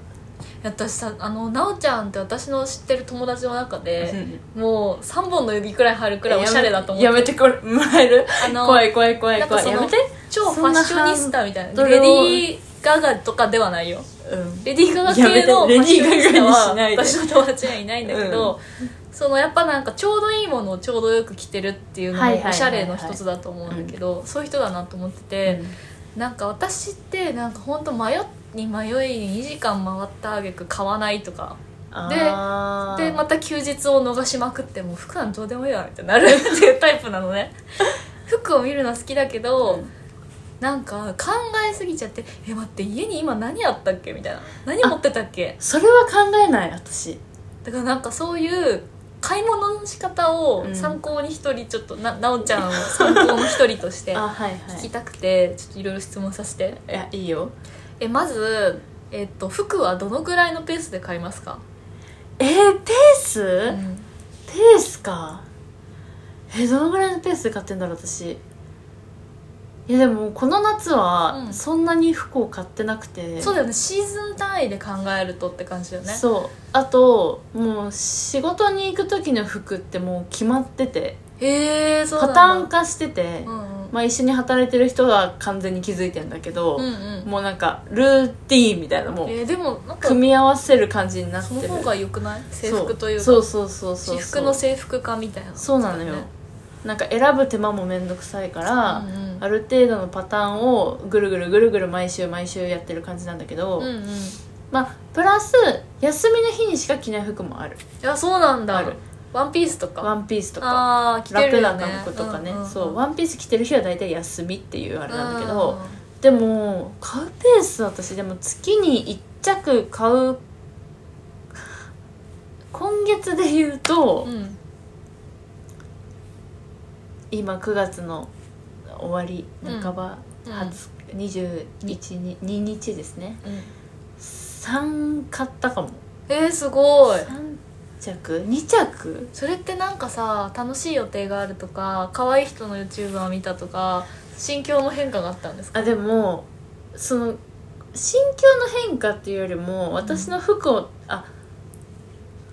Speaker 1: 私さあの奈緒ちゃんって私の知ってる友達の中で、もう3本の指くらい入るくらいおしゃれだと思って
Speaker 2: やめてこれ もらえる
Speaker 1: あの
Speaker 2: 怖い怖い怖い
Speaker 1: なんか
Speaker 2: 怖い
Speaker 1: その
Speaker 2: やめて
Speaker 1: 超ファッショニスタみたい
Speaker 2: その
Speaker 1: なレディー・ガガとかではないよ
Speaker 2: うん
Speaker 1: レディー・ガガ系の
Speaker 2: や
Speaker 1: フ
Speaker 2: めて
Speaker 1: ァッショニスタは
Speaker 2: レディーガガにしないで
Speaker 1: 私の友達にはいないんだけど、そのやっぱなんかちょうどいいものをちょうどよく着てるっていうの
Speaker 2: はいはいはいはい
Speaker 1: もおしゃれの一つだと思うんだけど、そういう人だなと思ってて、なんか私ってなんか本当迷に迷いに2時間回った挙句買わないとか
Speaker 2: あー
Speaker 1: でまた休日を逃しまくってもう服なんてどうでもいいわみたいになるっていうタイプなのね服を見るの好きだけど、
Speaker 2: うん
Speaker 1: なんか考えすぎちゃって「え待って家に今何あったっけ?」みたいな「何持ってたっけ?
Speaker 2: それは考えない私」
Speaker 1: だからなんかそういう買い物の仕方を
Speaker 2: うん
Speaker 1: 参考に一人ちょっとな奈緒、ちゃんを参考の一人とし て
Speaker 2: あはいはい
Speaker 1: 聞きたくてちょっといろいろ質問させて
Speaker 2: いやいいよ
Speaker 1: えまず、えっと服はどのくらいのペースで買いますか、
Speaker 2: えー、ペース、
Speaker 1: うん
Speaker 2: ペースかえーどのぐらいのペースで買ってんだろう私いやでもこの夏
Speaker 1: う
Speaker 2: は
Speaker 1: ん
Speaker 2: そんなに服を買ってなくて、
Speaker 1: そうだよねシーズン単位で考えるとって感じだよね
Speaker 2: そうあともう仕事に行く時の服ってもう決まってて
Speaker 1: へえそうな
Speaker 2: パ
Speaker 1: ん
Speaker 2: タ
Speaker 1: だ
Speaker 2: ーン化してて、
Speaker 1: うんうん
Speaker 2: まあ、一緒に働いてる人は完全に気づいてんだけど、
Speaker 1: うんうん
Speaker 2: もうなんかルーティーンみたいなもう
Speaker 1: えーでもなんか
Speaker 2: 組み合わせる感じになって
Speaker 1: そ
Speaker 2: る
Speaker 1: の方が良くない制服というか
Speaker 2: そうそうそうそうそう
Speaker 1: 私服の制服化みたいな
Speaker 2: そうなのよ、
Speaker 1: ね
Speaker 2: なんか選ぶ手間もめんどくさいから、
Speaker 1: うん
Speaker 2: ある程度のパターンをぐるぐるぐるぐる毎週毎週やってる感じなんだけど、
Speaker 1: うんうんうんい
Speaker 2: まあプラス休みの日にしか着ない服もある
Speaker 1: やそうなんだ
Speaker 2: ある
Speaker 1: ワンピースとか
Speaker 2: ワンピースとか
Speaker 1: ああ着てる
Speaker 2: 楽
Speaker 1: よ
Speaker 2: な
Speaker 1: ね
Speaker 2: 服とかね、
Speaker 1: んんん
Speaker 2: そうワンピース着てる日は大体休みっていうあれなんだけ
Speaker 1: うん
Speaker 2: ど、でも買うペース私でも月に1着買う今月で言うと、
Speaker 1: うん
Speaker 2: 今9月の終わり半ば、
Speaker 1: うん
Speaker 2: 20 21に2日ですね
Speaker 1: うん
Speaker 2: 3買ったかも
Speaker 1: えーすごい
Speaker 2: 3着2着
Speaker 1: それってなんかさ楽しい予定があるとか可愛い人の YouTuber を見たとか心境の変化があったんですか
Speaker 2: あでもその心境の変化っていうよりも私の服を、あ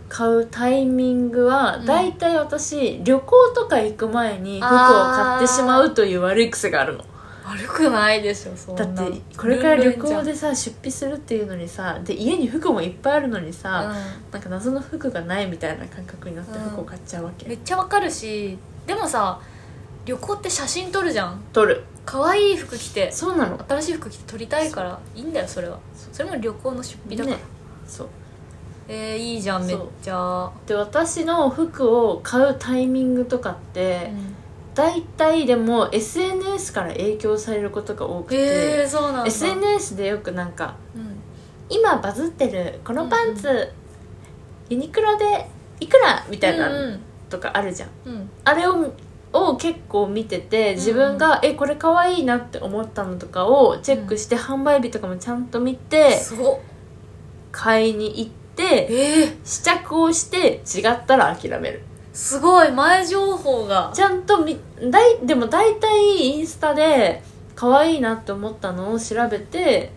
Speaker 2: 買うタイミングは
Speaker 1: うん
Speaker 2: 大体私旅行とか行く前に服を買ってしまうという悪い癖があるの
Speaker 1: 悪くないでしょそん
Speaker 2: だ
Speaker 1: な
Speaker 2: ってこれから旅行
Speaker 1: ルンルンじ
Speaker 2: でさ出費するっていうのにさで家に服もいっぱいあるのに
Speaker 1: ゃ
Speaker 2: さ、
Speaker 1: んうん
Speaker 2: なんか謎の服がないみたいな感覚になって服を買っちゃうわけ、
Speaker 1: めっちゃわかるしでもさ旅行って写真撮るじゃん
Speaker 2: 取る
Speaker 1: 可愛い服着て
Speaker 2: そうなの
Speaker 1: 新しい服着て撮りたいからいいんだよそれはそれも旅行の出費だから、
Speaker 2: ねそう
Speaker 1: えー、いいじゃんめ
Speaker 2: そ
Speaker 1: っ
Speaker 2: う
Speaker 1: ちゃ
Speaker 2: で私の服を買うタイミングとかって、大体でも SNS から影響されることが多くて、
Speaker 1: えー、そうなんだ、
Speaker 2: SNS でよくなんか
Speaker 1: うん
Speaker 2: 今バズってるこのパンツ、ユニクロでいくらみたい
Speaker 1: うん
Speaker 2: なとかあるじゃん、
Speaker 1: うんうん
Speaker 2: あれをを結構見てて自分が、えこれ可愛いなって思ったのとかをチェックして、販売日とかもちゃんと見て
Speaker 1: すごっ
Speaker 2: 買いに行って
Speaker 1: えー、
Speaker 2: 試着をして違ったら諦める
Speaker 1: すごい前情報が
Speaker 2: ちゃんとみだいでも大体インスタで可愛いなって思ったのを調べて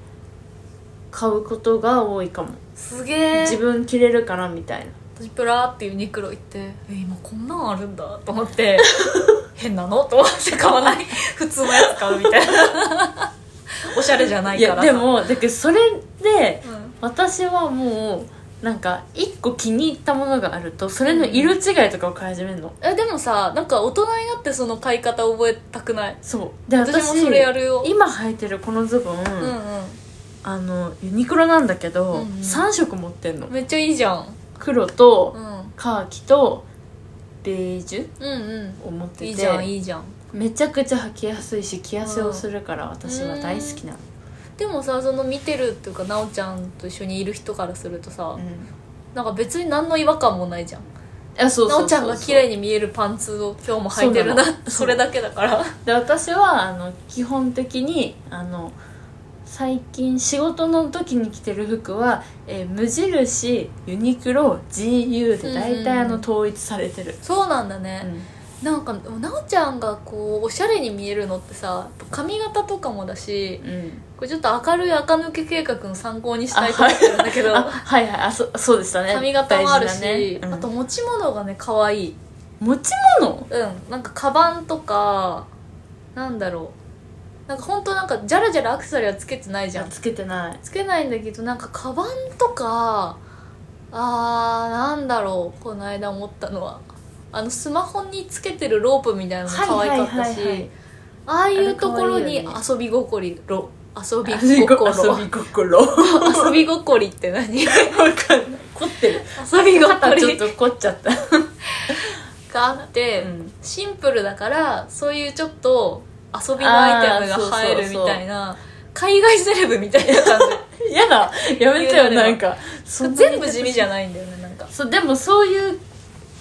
Speaker 2: 買うことが多いかも
Speaker 1: すげえ
Speaker 2: 自分着れるからみたいな
Speaker 1: 私プラーってユニクロ行って「え今こんなんあるんだ」と 思って「変なの?」と思って買わない普通のやつ買うみたいな おしゃれじゃないいか
Speaker 2: や
Speaker 1: ら
Speaker 2: でもだけどそれで
Speaker 1: うん
Speaker 2: 私はもうなんか一個気に入ったものがあるとそれの色違いとかを買い始めるの、
Speaker 1: えでもさなんか大人になってその買い方覚えたくない
Speaker 2: そうで私
Speaker 1: 私もそれやるよ
Speaker 2: 今履いてるこのズボン、
Speaker 1: うん
Speaker 2: あのユニクロなんだけど、
Speaker 1: うんうん
Speaker 2: 3色持ってんの
Speaker 1: うんめっちゃいいじゃん、
Speaker 2: 黒と、
Speaker 1: うん、
Speaker 2: カーキとベージ
Speaker 1: うんうん
Speaker 2: ュを持ってて
Speaker 1: いいじゃんいいじゃん
Speaker 2: めちゃくちゃ履きやすいし着痩せをするから私は大好きなの、
Speaker 1: でもさその見てるっていうか奈緒ちゃんと一緒にいる人からするとさ、
Speaker 2: うん
Speaker 1: なんか別に何の違和感もないじゃん
Speaker 2: あそう
Speaker 1: 奈
Speaker 2: そ
Speaker 1: 緒
Speaker 2: う
Speaker 1: ちゃんが綺麗に見えるパンツを今日も履いてるな
Speaker 2: そう
Speaker 1: それだけだ から
Speaker 2: で私はあの基本的にあの最近仕事の時に着てる服は、えー無印ユニクロ GU で大体あ
Speaker 1: うんうんう
Speaker 2: の
Speaker 1: ん
Speaker 2: 統一されてる、
Speaker 1: そうなんだね、なんかなおちゃんがこうおしゃれに見えるのってさ髪型とかもだし
Speaker 2: うん
Speaker 1: これちょっと明るい垢抜け計画の参考にしたいと思ってるんだけど
Speaker 2: あはいはいあそそうでしたね
Speaker 1: 髪型もある
Speaker 2: 大
Speaker 1: し、
Speaker 2: 事だねうん
Speaker 1: あと持ち物がね可愛い
Speaker 2: 持ち物
Speaker 1: うんなんかカバンとかなんだろうなんか本当なんかジャラジャラアクセサリーはつけてないじゃん
Speaker 2: つけてない
Speaker 1: つけないんだけどなんかカバンとかあーなんだろうこの間思ったのはあのスマホにつけてるロープみたいなのも可愛かったし、
Speaker 2: はいはいはいはい
Speaker 1: ああいうと
Speaker 2: あ
Speaker 1: ころ
Speaker 2: れ可愛い
Speaker 1: に
Speaker 2: よね
Speaker 1: 遊び心ろ遊 び
Speaker 2: 遊び
Speaker 1: 心
Speaker 2: 心遊び心わ
Speaker 1: 遊び心っ て何遊
Speaker 2: かんない凝ってる
Speaker 1: び
Speaker 2: 肩ちょっと
Speaker 1: 心
Speaker 2: 凝っちゃった
Speaker 1: があって、
Speaker 2: うん
Speaker 1: シンプルだからそういうちょっと遊びのアイテムが映えるみたいな海外セレブみたいな感
Speaker 2: やだやめてよ
Speaker 1: 言うなれ
Speaker 2: な
Speaker 1: ば
Speaker 2: んか そん
Speaker 1: じ
Speaker 2: な
Speaker 1: 全部地味じゃないんだよねなんか
Speaker 2: そうでもそういう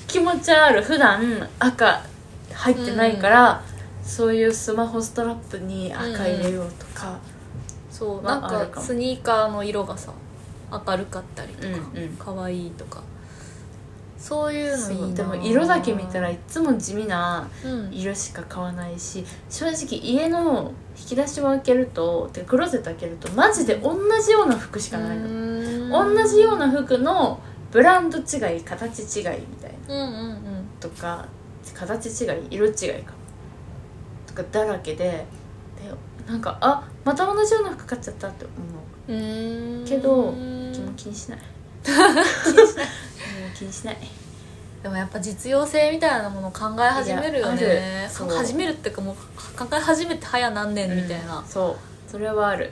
Speaker 2: 気持ちはある普段赤入ってないから、そういうスマホストラップに赤入れようとか、
Speaker 1: そう
Speaker 2: ま
Speaker 1: な
Speaker 2: あある
Speaker 1: ん
Speaker 2: か
Speaker 1: か
Speaker 2: も
Speaker 1: スニーカーの色がさ明るかったりとか
Speaker 2: うんうん
Speaker 1: 可愛、いとかそういうのいい
Speaker 2: そう
Speaker 1: な
Speaker 2: でも色だけ見たらいつも地味な
Speaker 1: うん
Speaker 2: 色しか買わないし正直家の引き出しを開けるとてかクローゼット開けるとマジで同じような服しかないの、
Speaker 1: の
Speaker 2: 同じような服のブランド違い形違いみたいな
Speaker 1: うんうん
Speaker 2: とか形違い色違いかとかだらけででなんかあまた同じような服買っちゃったって思う
Speaker 1: うんうーん
Speaker 2: けど気も気に しない気にしないもう気にしない
Speaker 1: でもやっぱ実用性みたいなものを考え始め
Speaker 2: い
Speaker 1: るよ
Speaker 2: やあ
Speaker 1: ね
Speaker 2: るそう
Speaker 1: 考え始めるっていうかもう考え始めて早何年みたいな、
Speaker 2: うんそうそれはある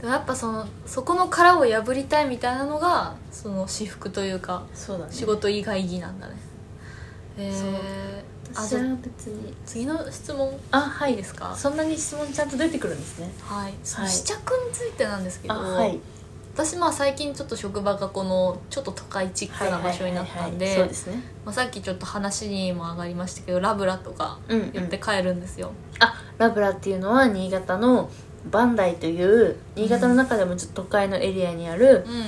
Speaker 1: でもやっぱそのそこの殻を破りたいみたいなのがその私服というか
Speaker 2: そうだね
Speaker 1: 仕事以外着なんだねへえあ
Speaker 2: 私
Speaker 1: じゃあ
Speaker 2: は別に
Speaker 1: 次の質問
Speaker 2: あはい
Speaker 1: い
Speaker 2: い
Speaker 1: ですか
Speaker 2: そんなに質問ちゃんと出てくるんですね
Speaker 1: はい、その
Speaker 2: はい
Speaker 1: 試着についてなんですけど、
Speaker 2: あはい
Speaker 1: 私まあ最近ちょっと職場がこのちょっと都会チックな場所になったん
Speaker 2: はいはいはいはいそう
Speaker 1: で
Speaker 2: ですね
Speaker 1: まあさっきちょっと話にも上がりましたけどラブラとか
Speaker 2: うん、う
Speaker 1: 寄っ
Speaker 2: ん
Speaker 1: て、帰るんですよ、
Speaker 2: あラブラっていうのは新潟のバンダイという新潟の中でもちょっと都会のエリアにある、
Speaker 1: うん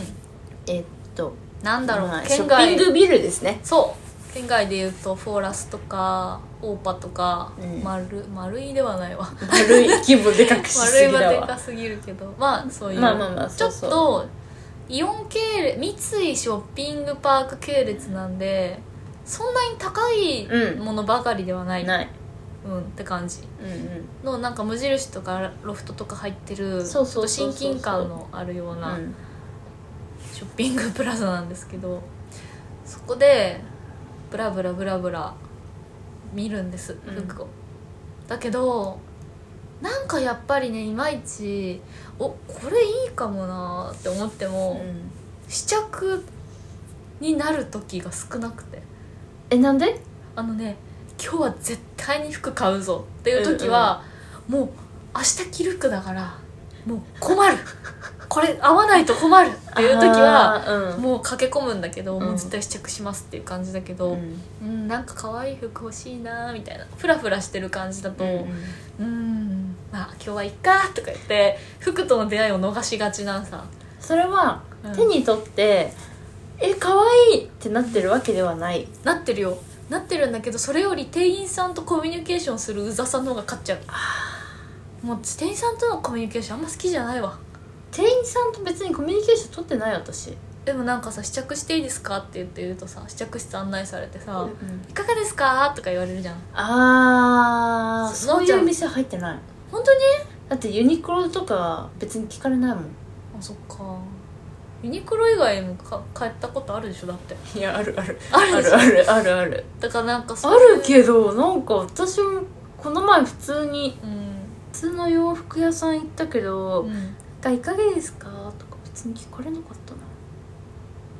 Speaker 2: えっと
Speaker 1: なんだろう、
Speaker 2: まあショ
Speaker 1: 県
Speaker 2: ッピン
Speaker 1: 外
Speaker 2: グビルです ね
Speaker 1: そう県外でいうとフォーラスとかオーパとか、
Speaker 2: うん
Speaker 1: 丸丸いではな いわ
Speaker 2: 丸い規模でかくしす
Speaker 1: 丸
Speaker 2: ぎ
Speaker 1: いは
Speaker 2: だ
Speaker 1: で
Speaker 2: わ
Speaker 1: かすぎるけどまあそういう、
Speaker 2: まあまあまあ
Speaker 1: ち
Speaker 2: そ
Speaker 1: ょ
Speaker 2: う
Speaker 1: っ
Speaker 2: そう
Speaker 1: とイオン系列三井ショッピングパーク系列なんでそんなに高い
Speaker 2: うん
Speaker 1: ものばかりではない、うん
Speaker 2: ない
Speaker 1: って感じ
Speaker 2: うんうん
Speaker 1: のなんか無印とかロフトとか入ってる
Speaker 2: そうそう
Speaker 1: ち
Speaker 2: そ
Speaker 1: ょ
Speaker 2: う
Speaker 1: っ
Speaker 2: そう
Speaker 1: と親近感のあるような
Speaker 2: うん
Speaker 1: ショッピングプラザなんですけどそこでブラブラブラブラ見るんです
Speaker 2: うん
Speaker 1: 服を、だけどなんかやっぱりねいまいちおこれいいかもなって思っても、
Speaker 2: うん
Speaker 1: 試着になる時が少なくて
Speaker 2: えなんで
Speaker 1: あのね今日は絶対に服買うぞっていう時は、もう明日着る服だからもう困るこれ合わないと困るっていう時は
Speaker 2: あー
Speaker 1: もう駆け込むんだけど、
Speaker 2: うん
Speaker 1: もう絶対試着しますっていう感じだけ
Speaker 2: う
Speaker 1: ど、
Speaker 2: ん
Speaker 1: うんなんか可愛い服欲しいなーみたいなフラフラしてる感じだと
Speaker 2: う
Speaker 1: うん
Speaker 2: ん
Speaker 1: ーんまあ今日はいっかとか言って服との出会いを逃しがちなんさ、
Speaker 2: それは
Speaker 1: うん
Speaker 2: 手に取ってえ可愛いってなってるわけではない
Speaker 1: なってるよなってるんだけどそれより店員さんとコミュニケーションするうざさの方が勝っちゃうもう店員さんとのコミュニケーションあんま好きじゃないわ
Speaker 2: 店員さんと別にコミュニケーション取ってない私
Speaker 1: でもなんかさ試着していいですかって言って言うとさ試着室案内されてさ「いかがですか?」とか言われるじゃん
Speaker 2: ああ
Speaker 1: そ
Speaker 2: そうう
Speaker 1: じ
Speaker 2: い
Speaker 1: ゃん
Speaker 2: う店入ってない
Speaker 1: 本当に
Speaker 2: だってユニクロとか別に聞かれないもん
Speaker 1: あそっかユニクロ以外もか買ったことあるでしょだって
Speaker 2: いやあるある
Speaker 1: あ
Speaker 2: あ
Speaker 1: るでし
Speaker 2: る
Speaker 1: ょ
Speaker 2: あるあるある
Speaker 1: だからなんかそ
Speaker 2: あ
Speaker 1: ういう
Speaker 2: るけどなんか私もこの前普通に
Speaker 1: うん、
Speaker 2: 普通の洋服屋さん行ったけど「
Speaker 1: うん、
Speaker 2: がいかがですか?」とか別に聞かれなかったな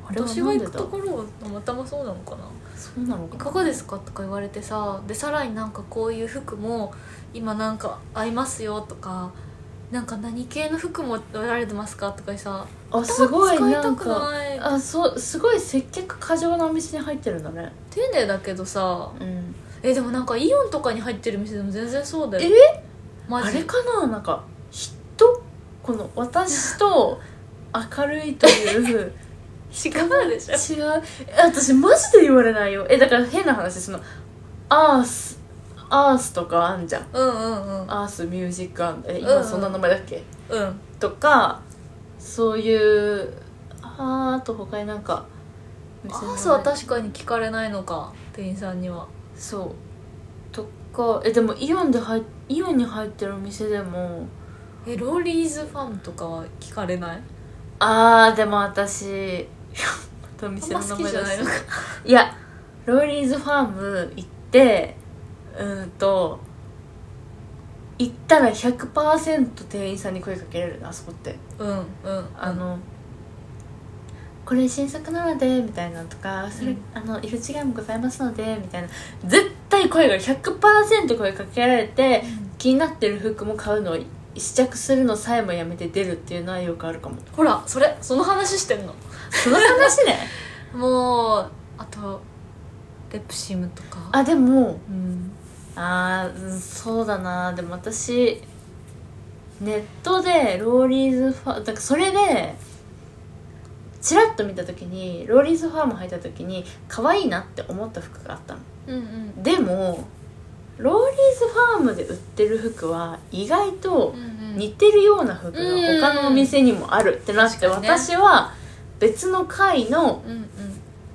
Speaker 2: あれは
Speaker 1: 私
Speaker 2: な
Speaker 1: が
Speaker 2: ん
Speaker 1: 行
Speaker 2: で
Speaker 1: く
Speaker 2: だ
Speaker 1: ところはたまたまそうなのかな
Speaker 2: そうなの
Speaker 1: い
Speaker 2: か
Speaker 1: かがですかとか言われてさでさらになんかこういう服も今なんか合いますよとかなんか何系の服も売られてますかとかさ
Speaker 2: あすごい
Speaker 1: 頭使
Speaker 2: ない
Speaker 1: た
Speaker 2: ん
Speaker 1: く
Speaker 2: か
Speaker 1: ない
Speaker 2: あそうすごい接客過剰なお店に入ってるんだね
Speaker 1: 丁寧だけどさ
Speaker 2: うん
Speaker 1: えでもなんかイオンとかに入ってる店でも全然そうだよ
Speaker 2: え
Speaker 1: マ
Speaker 2: あ
Speaker 1: ジ
Speaker 2: れかななんか人この私と明るいと いう
Speaker 1: 違うでしょ
Speaker 2: 違うえ私マジで言われないよえだから変な話そのアースアースとかあんじゃん
Speaker 1: うんうんうん
Speaker 2: アースミュージックアンドえ
Speaker 1: うんう
Speaker 2: 今
Speaker 1: ん
Speaker 2: そんな名前だっけ、
Speaker 1: うん
Speaker 2: とかそういうあーあと他になんか
Speaker 1: アースは確かに聞かれないのか店員さんには
Speaker 2: そうとかえでもイオンで入っイオンに入ってるお店でも
Speaker 1: えローリーズファンとかは聞かれない
Speaker 2: あーでも私またお店の名前出
Speaker 1: あんま好きじゃない
Speaker 2: し
Speaker 1: のか
Speaker 2: いやローリーズファーム行ってうーんと行ったら100%店員さんに声かけられるなあそこって
Speaker 1: うんうん
Speaker 2: あの、これ新作なのでみたいなのとかそれ、
Speaker 1: うん
Speaker 2: あの色違いもございますのでみたいな絶対声が100%声かけられて気になってる服も買うのを試着するのさえもやめて出るっていうのはよくあるかも
Speaker 1: ほらそれその話してんの
Speaker 2: その話ね
Speaker 1: もうあとレプシムとか
Speaker 2: あでも
Speaker 1: うん
Speaker 2: あーうんそうだなでも私ネットでローリーズファーだからそれでチラッと見た時にローリーズファーム入った時に可愛いなって思った服があったの
Speaker 1: うんうん
Speaker 2: でもローリーズファームで売ってる服は意外と
Speaker 1: うん
Speaker 2: 似てるような服が他のお店にもあるってなって、
Speaker 1: うんうん確かにね
Speaker 2: 私は別の階の、
Speaker 1: うん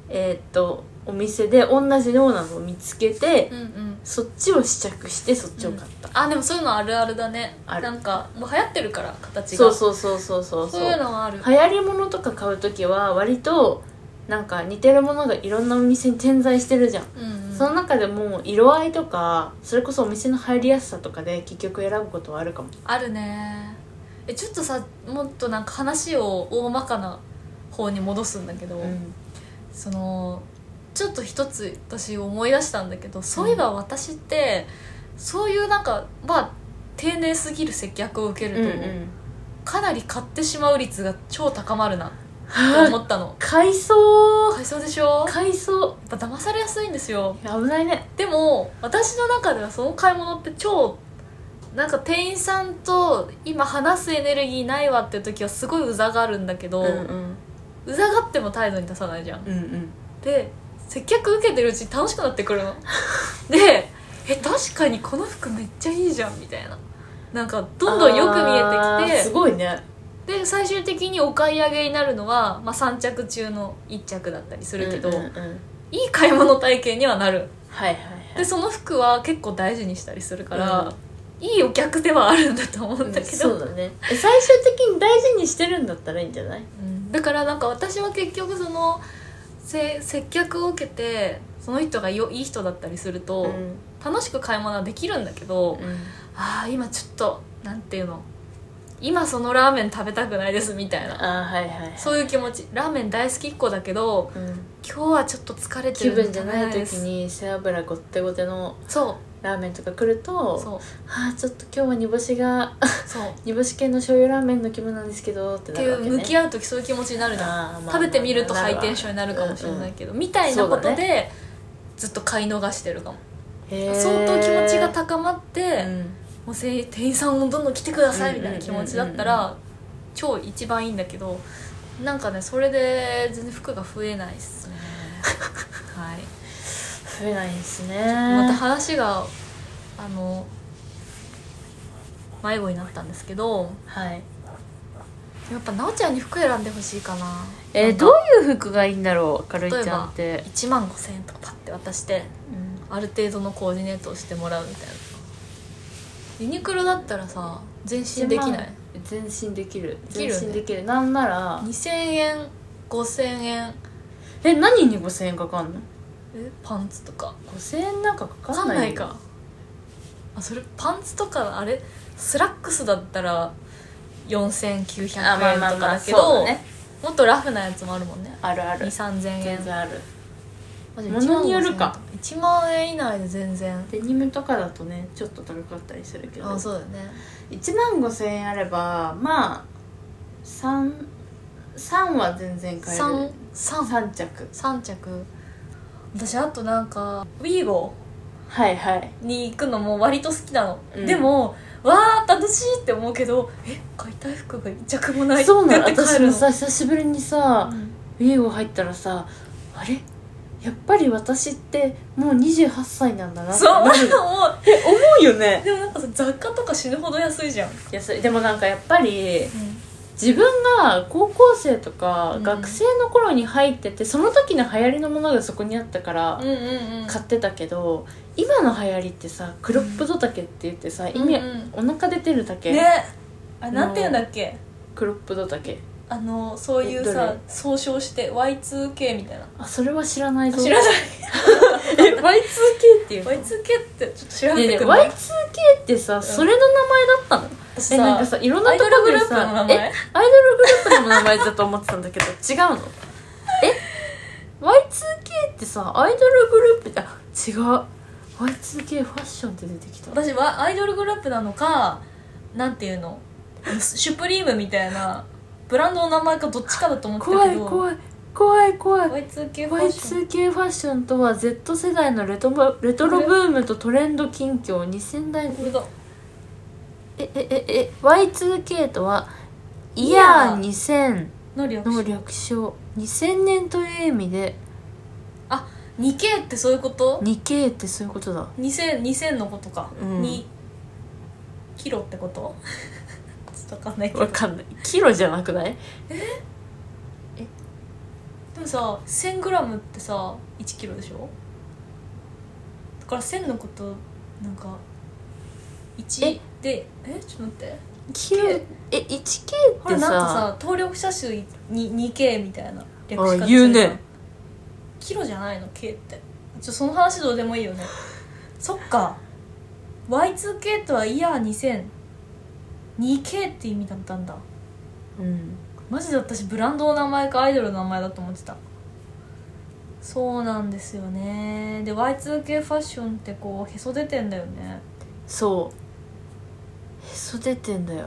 Speaker 2: えーっとお店で同じようなのを見つけて、
Speaker 1: うんうんうん
Speaker 2: そっちを試着してそっちを買った、
Speaker 1: あでもそういうのあるあるだね
Speaker 2: ある
Speaker 1: なんかもう流行ってるから形が
Speaker 2: そうそうそうそうそう
Speaker 1: そういうのはある
Speaker 2: 流行り物とか買う時は割となんか似てるものがいろんなお店に点在してるじゃん
Speaker 1: うんうん
Speaker 2: その中でも色合いとかそれこそお店の入りやすさとかで結局選ぶことはあるかも
Speaker 1: あるねえちょっとさもっとなんか話を大まかな方に戻すんだけど、
Speaker 2: うん
Speaker 1: そのちょっと一つ私思い出したんだけどそういえば私って、そういうなんかまあ丁寧すぎる接客を受け
Speaker 2: うん
Speaker 1: ると、かなり買ってしまう率が超高まるなって思ったの
Speaker 2: 海藻
Speaker 1: 買いそうでしょやっ
Speaker 2: 海藻
Speaker 1: ぱ騙されやすいんですよ
Speaker 2: 危ないね
Speaker 1: でも私の中ではその買い物って超なんか店員さんと今話すエネルギーないわって時はすごいうざがるんだけ
Speaker 2: う
Speaker 1: ど、
Speaker 2: ん
Speaker 1: うざがっても態度に出さないじゃん
Speaker 2: うんうん
Speaker 1: で接客受けてるうちに楽しくなって くるのでえ確かにこの服めっちゃいいじゃんみたいななんかどんどんよく見えて
Speaker 2: あー
Speaker 1: きて
Speaker 2: すごいね
Speaker 1: で最終的にお買い上げになるのは、まあ、3着中の1着だったりするけど、
Speaker 2: うんうんうん
Speaker 1: いい買い物体験にはなる
Speaker 2: はいはいは
Speaker 1: で
Speaker 2: い
Speaker 1: その服は結構大事にしたりするから、いいお客ではあるんだと思うんだけど、
Speaker 2: そうだねえ最終的に大事にしてるんだったらいいんじゃない
Speaker 1: うんだからなんか私は結局そのせ接客を受けてその人がよいい人だったりすると、
Speaker 2: うん
Speaker 1: 楽しく買い物はできるんだけど、ああ今ちょっとなんていうの今そのラーメン食べたくないですみたいな
Speaker 2: あーはいはいはい
Speaker 1: そういう気持ちラーメン大好きっ子だけど
Speaker 2: うん
Speaker 1: 今日はちょっと疲れて
Speaker 2: 気
Speaker 1: るんで
Speaker 2: 分じゃない時に背脂ごってごての
Speaker 1: そ
Speaker 2: ラーメンとか来る
Speaker 1: う
Speaker 2: と
Speaker 1: そう
Speaker 2: あーちょっと今日は煮干しが
Speaker 1: そうっ
Speaker 2: 煮干し系の醤油ラーメンの気分なんですけどって
Speaker 1: て
Speaker 2: ないるわけ、ね、
Speaker 1: う向き合う時そういう気持ちになるじゃん
Speaker 2: あーまあ
Speaker 1: 食べてみると
Speaker 2: まあ
Speaker 1: ハイテンションになるかもしれないけど、みたいなこと
Speaker 2: そうだ
Speaker 1: で、ずっと買い逃してるかも
Speaker 2: へー
Speaker 1: 相当気持ちが高まって、
Speaker 2: うん
Speaker 1: もうせい店員さんもどんどん来てくださいみたいな気持ちだったら、
Speaker 2: うんうん
Speaker 1: 超一番いいんだけどなんかねそれで全然服が増えないっ すねはい
Speaker 2: 増えないんですね
Speaker 1: また話があの迷子になったんですけど
Speaker 2: はい
Speaker 1: やっぱ奈緒ちゃんに服選んでほしいかな
Speaker 2: え
Speaker 1: なん
Speaker 2: ー、
Speaker 1: か
Speaker 2: どういう服がいいんだろうかるいちゃんって、
Speaker 1: 1万5000円とかパッて渡して
Speaker 2: うん
Speaker 1: ある程度のコーディネートをしてもらうみたいなユニクロだったらさ全身できない
Speaker 2: 全身できる
Speaker 1: できるよね
Speaker 2: 全身できるなんなら
Speaker 1: 2000円5000円
Speaker 2: え何に5000円かかんの
Speaker 1: えパンツとか
Speaker 2: 5000円なんかか
Speaker 1: わ
Speaker 2: か
Speaker 1: か
Speaker 2: ん
Speaker 1: ん
Speaker 2: ない
Speaker 1: ないかあそれパンツとかあれスラックスだったら4900円と
Speaker 2: あまあまあ
Speaker 1: か
Speaker 2: まあ
Speaker 1: だけ
Speaker 2: そう
Speaker 1: ど
Speaker 2: だね
Speaker 1: もっとラフなやつもあるもんね
Speaker 2: あるある
Speaker 1: 23000円
Speaker 2: 全然ある
Speaker 1: マジ
Speaker 2: ものによるか
Speaker 1: 1万円以内で全然
Speaker 2: デニムとかだとねちょっと高かったりするけど
Speaker 1: あそうだよね
Speaker 2: 1万5000円あればまあ 3, 3は全然買える
Speaker 1: 3三
Speaker 2: 3着
Speaker 1: 三着私あとなんかウィーゴ
Speaker 2: はいはい
Speaker 1: に行くのも割と好きなの、
Speaker 2: うん
Speaker 1: でもわー楽しいって思うけどえ買いたい服が一着もない
Speaker 2: そうなの
Speaker 1: ってなって
Speaker 2: 私
Speaker 1: 帰る
Speaker 2: も
Speaker 1: の
Speaker 2: さ久しぶりにさ
Speaker 1: うん
Speaker 2: ウィーゴ入ったらさあれやっぱり私ってもう28歳なんだなって
Speaker 1: そう
Speaker 2: な
Speaker 1: 思
Speaker 2: る
Speaker 1: う
Speaker 2: え思うよね
Speaker 1: でもなんかさ雑貨とか死ぬほど安いじゃん、
Speaker 2: いやそれでもなんかやっぱり自分が高校生とか
Speaker 1: うん
Speaker 2: 学生の頃に入ってて、その時の流行りのものがそこにあったから、
Speaker 1: うんうんうん
Speaker 2: 買ってたけど今の流行りってさクロップド丈って言ってさ、意味、お腹出てる丈、
Speaker 1: ねあれなんていうんだっけ
Speaker 2: クロップド丈
Speaker 1: あのそういう
Speaker 2: えど
Speaker 1: さ
Speaker 2: れ
Speaker 1: 総称して Y2K みたいな
Speaker 2: あそれは知らないぞ
Speaker 1: 知らない
Speaker 2: え Y2K っていうの
Speaker 1: Y2K ってちょっと知らな
Speaker 2: ねえねえ
Speaker 1: くて
Speaker 2: Y2K ってさ、それの名前だったのえなんかさいろんな
Speaker 1: アイ
Speaker 2: と
Speaker 1: ド
Speaker 2: こ
Speaker 1: ル
Speaker 2: で
Speaker 1: グループの
Speaker 2: さ
Speaker 1: 名
Speaker 2: え
Speaker 1: 前
Speaker 2: アイドルグループの名前だと思ってたんだけど違うのえ Y2K ってさアイドルグループじゃ違う Y2K ファッションって出てきた
Speaker 1: 私はアイドルグループなのかなんていうのシュプリームみたいなブランドの名前かどっちかだと思ってた
Speaker 2: 怖
Speaker 1: け
Speaker 2: い
Speaker 1: ど
Speaker 2: 怖い怖い怖い
Speaker 1: Y2K ファッション
Speaker 2: Y2K ファッションとは Z 世代のレトロレトロブームとトレンド近況2000代
Speaker 1: これだ
Speaker 2: ええええ Y2K とはイヤー2000
Speaker 1: の略
Speaker 2: の
Speaker 1: 称
Speaker 2: 略称2000年という意味で
Speaker 1: 2K ってそういうこと
Speaker 2: 2K ってそういうことだ
Speaker 1: 2000, 2000のことか、
Speaker 2: うん
Speaker 1: 2キロってことちょっとわかんないけど
Speaker 2: わかんないキロじゃなくない
Speaker 1: でもさ 1000g ってさ 1kg でしょだから1000のことなんか1
Speaker 2: え
Speaker 1: でえちょっと待って
Speaker 2: キロえ 1K っ
Speaker 1: ほら
Speaker 2: て
Speaker 1: なんか
Speaker 2: さ
Speaker 1: さ登録者数に 2K みたいな略
Speaker 2: あ
Speaker 1: し方
Speaker 2: 言う
Speaker 1: するじゃん
Speaker 2: ね
Speaker 1: キロじゃないの K ってちょその話どうでもいいよねそっか Y2K とはイヤー 20002K って意味だったんだ
Speaker 2: うん
Speaker 1: マジで私ブランドの名前かアイドルの名前だと思ってたそうなんですよねで Y2K ファッションってこうへそ出てんだよね
Speaker 2: そうへそ出てんだよ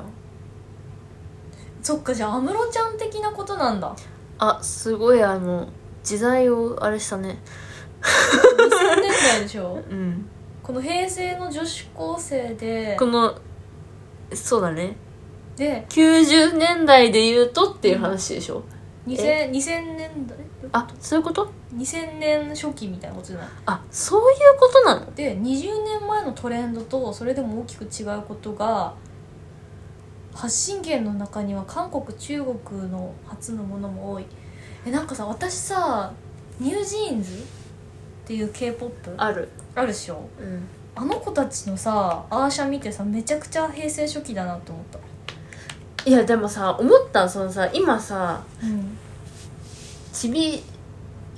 Speaker 1: そっかじゃあ安室ちゃん的なことなんだ
Speaker 2: あすごいあの時代をあれしたね
Speaker 1: 2000年代でしょ
Speaker 2: うん
Speaker 1: この平成の女子高生で
Speaker 2: このそうだね
Speaker 1: で
Speaker 2: 90年代で言うとっていう話でしょ、
Speaker 1: 2000 2000年代
Speaker 2: あそういうこと
Speaker 1: 2000年初期みたいなことじゃない
Speaker 2: あそういうことなの
Speaker 1: で20年前のトレンドとそれでも大きく違うことが発信源の中には韓国中国の初のものも多いえなんかさ私さニュージーンズっていう k p o p あ
Speaker 2: ある
Speaker 1: るでしょ
Speaker 2: うん
Speaker 1: あの子たちのさアーシャ見てさめちゃくちゃ平成初期だなと思った、
Speaker 2: いやでもさ思ったそのさ今さ
Speaker 1: うん、
Speaker 2: ちび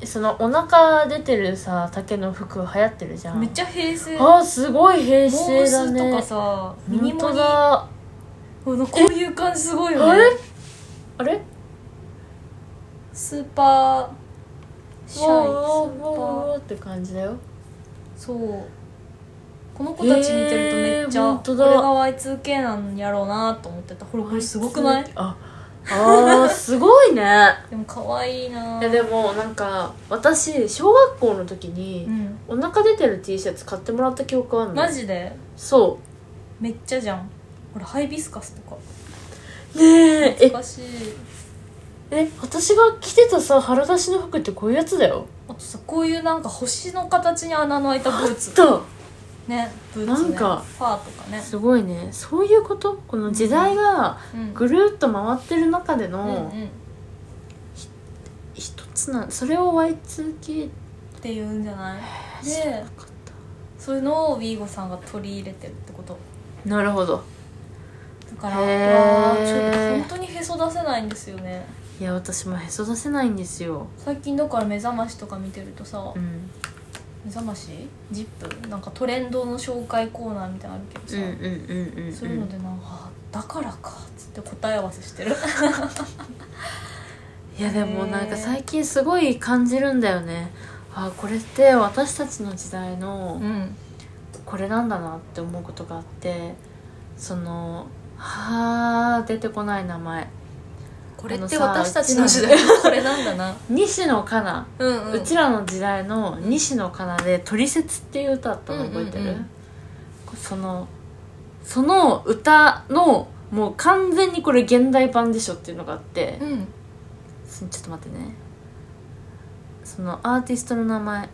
Speaker 2: そのお腹出てるさ竹の服流行ってるじゃん
Speaker 1: めっちゃ平成モ
Speaker 2: あーすごい平
Speaker 1: ー
Speaker 2: 成
Speaker 1: ム
Speaker 2: だ
Speaker 1: スと
Speaker 2: ね
Speaker 1: かさミ
Speaker 2: 本
Speaker 1: ニモ
Speaker 2: 当
Speaker 1: ニ
Speaker 2: だ
Speaker 1: うんこういう感じすごいよ
Speaker 2: あ
Speaker 1: ね
Speaker 2: れあれ
Speaker 1: スーパーシャイス
Speaker 2: わーわ
Speaker 1: ー
Speaker 2: ー
Speaker 1: パー
Speaker 2: わーって感じだよ
Speaker 1: そうこの子たち見てるとめっち
Speaker 2: へー
Speaker 1: ゃ
Speaker 2: 本
Speaker 1: こ
Speaker 2: 当
Speaker 1: れ
Speaker 2: だ
Speaker 1: が Y2K なんやろうなと思ってたほらこれすごくない
Speaker 2: ああーすご いね
Speaker 1: でも可愛いない
Speaker 2: やでもなんか私小学校の時
Speaker 1: う
Speaker 2: に
Speaker 1: ん
Speaker 2: お腹出てる T シャツ買ってもらった記憶あんの
Speaker 1: マジで
Speaker 2: そ
Speaker 1: めっちゃじゃんほらハイビスカスとか
Speaker 2: うねええ
Speaker 1: 懐かしい
Speaker 2: え私が着てたさ腹出しの服ってこういうやつだよ
Speaker 1: あとさこういうなんか星の形に穴の開いたブーツ
Speaker 2: と
Speaker 1: ねブーツ
Speaker 2: な
Speaker 1: ね
Speaker 2: んか
Speaker 1: ファーとかね
Speaker 2: すごいねそういうことこの時代が
Speaker 1: うん
Speaker 2: ぐるっと回ってる中で
Speaker 1: うん
Speaker 2: の
Speaker 1: うんっ
Speaker 2: 一つなそれを Y2K って
Speaker 1: いうんじゃないでそういうのをウィーゴさんが取り入れてるってこと
Speaker 2: たなるほど
Speaker 1: だから
Speaker 2: へー
Speaker 1: わーちょっと本当にへそ出せないんですよね
Speaker 2: いや私もへそ出せないんですよ
Speaker 1: 最近だから目覚ましとか見てるとさ、
Speaker 2: うん
Speaker 1: 目覚ましジップなんかトレンドの紹介コーナーみたいなのあるけど
Speaker 2: うん
Speaker 1: さ、
Speaker 2: うんうんうん
Speaker 1: そういうのでなんか、あだからかっつって答え合わ せしてる
Speaker 2: いやでもなん
Speaker 1: へー
Speaker 2: か最近すごい感じるんだよねあこれって私たちの時代の
Speaker 1: ん
Speaker 2: これなんだなって思うことがあってそのはあ出てこない名前
Speaker 1: これっ
Speaker 2: あの
Speaker 1: て
Speaker 2: さ
Speaker 1: 私たちの時代のこれなんだな
Speaker 2: 西野カナ
Speaker 1: うん
Speaker 2: うちらの時代の西野カナで「トリセツ」っていう歌あったの覚えてる、
Speaker 1: うんうんうん
Speaker 2: そのその歌のもう完全にこれ現代版でしょっていうのがあって、
Speaker 1: うん
Speaker 2: ちょっと待ってねそのアーティストの名前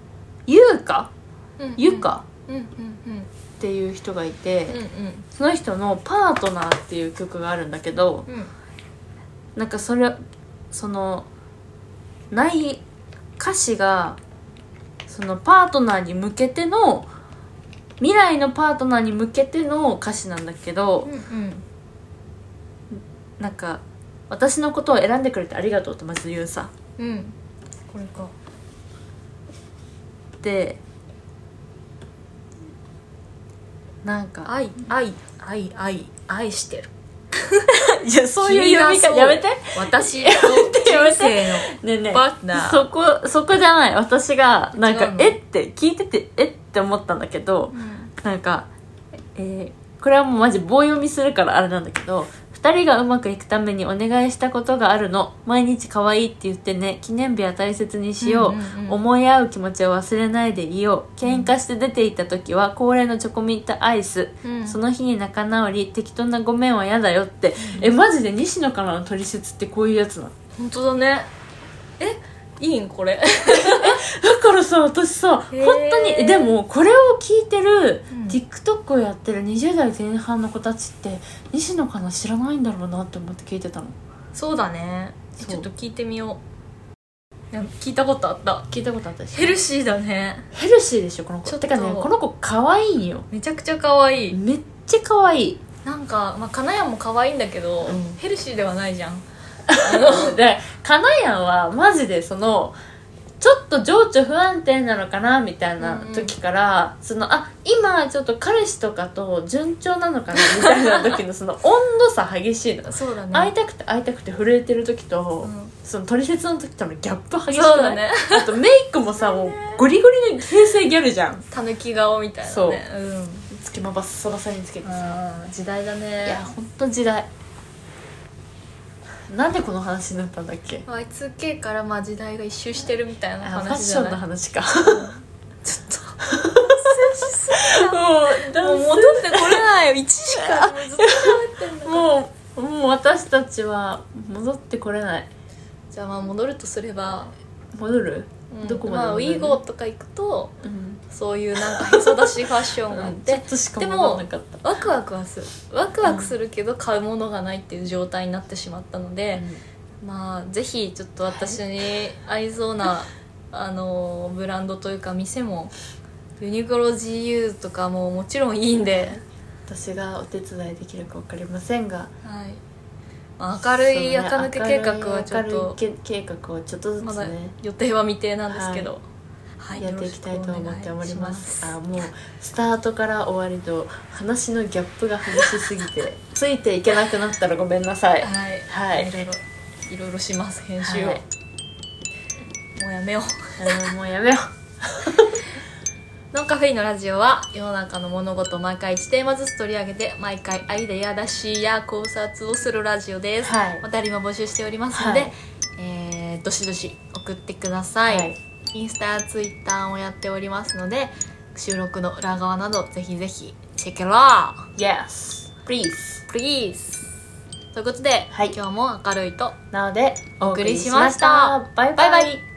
Speaker 2: ゆうかゆか
Speaker 1: うんうんうん
Speaker 2: っていう人がいて、
Speaker 1: うん
Speaker 2: その人の「パートナー」っていう曲があるんだけど
Speaker 1: うんうん
Speaker 2: なんかそれそのない歌詞がそのパートナーに向けての未来のパートナーに向けての歌詞なんだけど
Speaker 1: うん
Speaker 2: なんか私のことを選んでくれてありがとうってまず言うさ
Speaker 1: うんうんこれか
Speaker 2: でなんか
Speaker 1: 愛愛愛愛愛してる
Speaker 2: いやそういう
Speaker 1: 君が
Speaker 2: 読み
Speaker 1: そ
Speaker 2: 方
Speaker 1: う
Speaker 2: やめて
Speaker 1: 私の人
Speaker 2: やめて
Speaker 1: 生の
Speaker 2: ねえねえ
Speaker 1: パートナー
Speaker 2: そこ そこじゃない私がなん
Speaker 1: 違う
Speaker 2: か
Speaker 1: の
Speaker 2: えって聞いててえって思ったんだけどなんか、えーこれはもうマジ棒読みするからあれなんだけど2人がうまくいくためにお願いしたことがあるの毎日可愛いって言ってね記念日は大切にしよう,、
Speaker 1: うんうんうん
Speaker 2: 思い合う気持ちを忘れないでいよう喧嘩して出て行った時は恒例のチョコミントアイス、
Speaker 1: うん
Speaker 2: その日に仲直り適当なごめんは嫌だよって、えマジで西野からの取説ってこういうやつなの
Speaker 1: 本当だねえいいんこれ
Speaker 2: だからさ私さ
Speaker 1: へー
Speaker 2: 本当にえでもこれを聞いてる、
Speaker 1: うん
Speaker 2: TikTok をやってる20代前半の子たちって西野カナ知らないんだろうなって思って聞いてたの
Speaker 1: そうだね
Speaker 2: そう
Speaker 1: ちょっと聞いてみよういや聞いたことあった
Speaker 2: 聞いたことあったでしょ
Speaker 1: ヘルシーだね
Speaker 2: ヘルシーでしょこの子
Speaker 1: ちょってと
Speaker 2: かねこの子可愛いんよ
Speaker 1: めちゃくちゃ可愛い
Speaker 2: めっちゃ可愛い
Speaker 1: なんか、まあ、金谷も可愛いんだけど、
Speaker 2: うん
Speaker 1: ヘルシーではないじゃん
Speaker 2: でカナヤンはマジでそのちょっと情緒不安定なのかなみたいな時から、そのあ今ちょっと彼氏とかと順調なのかなみたいな時のその温度差激しいの
Speaker 1: そうだね
Speaker 2: 会いたくて会いたくて震えてる時と、
Speaker 1: うん
Speaker 2: その取説の時とのギャップ激しくない
Speaker 1: そうだね
Speaker 2: あとメイクもさもうゴリゴリの平成ギャルじゃん
Speaker 1: たぬき顔みたいなね
Speaker 2: そう
Speaker 1: うん
Speaker 2: つけまばっさばさにつけてさ、
Speaker 1: 時代だね
Speaker 2: いやほんと時代なんでこの話になったんだっけ
Speaker 1: Y2K からまあ時代が一周してるみたいな
Speaker 2: あファッ
Speaker 1: 話じ
Speaker 2: シ
Speaker 1: ゃ
Speaker 2: ョン
Speaker 1: ない
Speaker 2: の話か
Speaker 1: ちょっと
Speaker 2: も
Speaker 1: も
Speaker 2: う
Speaker 1: う
Speaker 2: も
Speaker 1: 戻ってこれないよ1時間もずっと喋ってんだ
Speaker 2: う もうもう私たちは戻ってこれない
Speaker 1: じゃあまあ戻るとすれば、
Speaker 2: 戻る、どこまで
Speaker 1: まあウィーゴーとか行くと
Speaker 2: うん、
Speaker 1: そういうなんかへそ出しファッションがあっ
Speaker 2: ちょ
Speaker 1: て
Speaker 2: っとしか戻らなかった
Speaker 1: ワクワクはするワクワクするけど買うものがないっていう状態になってしまったので、まあぜひちょっと私に合いそ うな、あのブランドというか店もユニクロ GU とかももちろんいいんで、
Speaker 2: 私がお手伝いできるか分かりませんが
Speaker 1: はいまあ、明るい垢抜け計画はちょっ
Speaker 2: 明る
Speaker 1: と
Speaker 2: いけ計画をちょっとず
Speaker 1: ま
Speaker 2: つ
Speaker 1: だ
Speaker 2: ね、
Speaker 1: 予定は未定なんですけど、はい
Speaker 2: やっていきたいと思っております
Speaker 1: よ
Speaker 2: あ
Speaker 1: ろしくお願いし
Speaker 2: もうスタートから終わりと話のギャップが激しすぎて ついていけなくなったらごめんなさい
Speaker 1: ますはい
Speaker 2: はい
Speaker 1: いろいろいろいろします編集を、
Speaker 2: はい
Speaker 1: もうやめよう
Speaker 2: あのもうやめよ
Speaker 1: ノンカフェインのラジオは世の中の物事を毎回1テーマずつ取り上げて毎回愛でやらしいや考察をするラジオです、
Speaker 2: はい
Speaker 1: お便りも募集しておりますので、
Speaker 2: はい
Speaker 1: えーどしどし送ってくだ
Speaker 2: う
Speaker 1: さい、インスタツイッターもやっておりますので収録の裏側などぜひぜひチェックラ
Speaker 2: Yes please
Speaker 1: ー please ということで、
Speaker 2: はい
Speaker 1: 今日も明るいと
Speaker 2: なのでお
Speaker 1: お
Speaker 2: 送
Speaker 1: 送
Speaker 2: り
Speaker 1: り
Speaker 2: し
Speaker 1: し
Speaker 2: ま
Speaker 1: ま
Speaker 2: し
Speaker 1: したた
Speaker 2: バイバイ
Speaker 1: バイバイ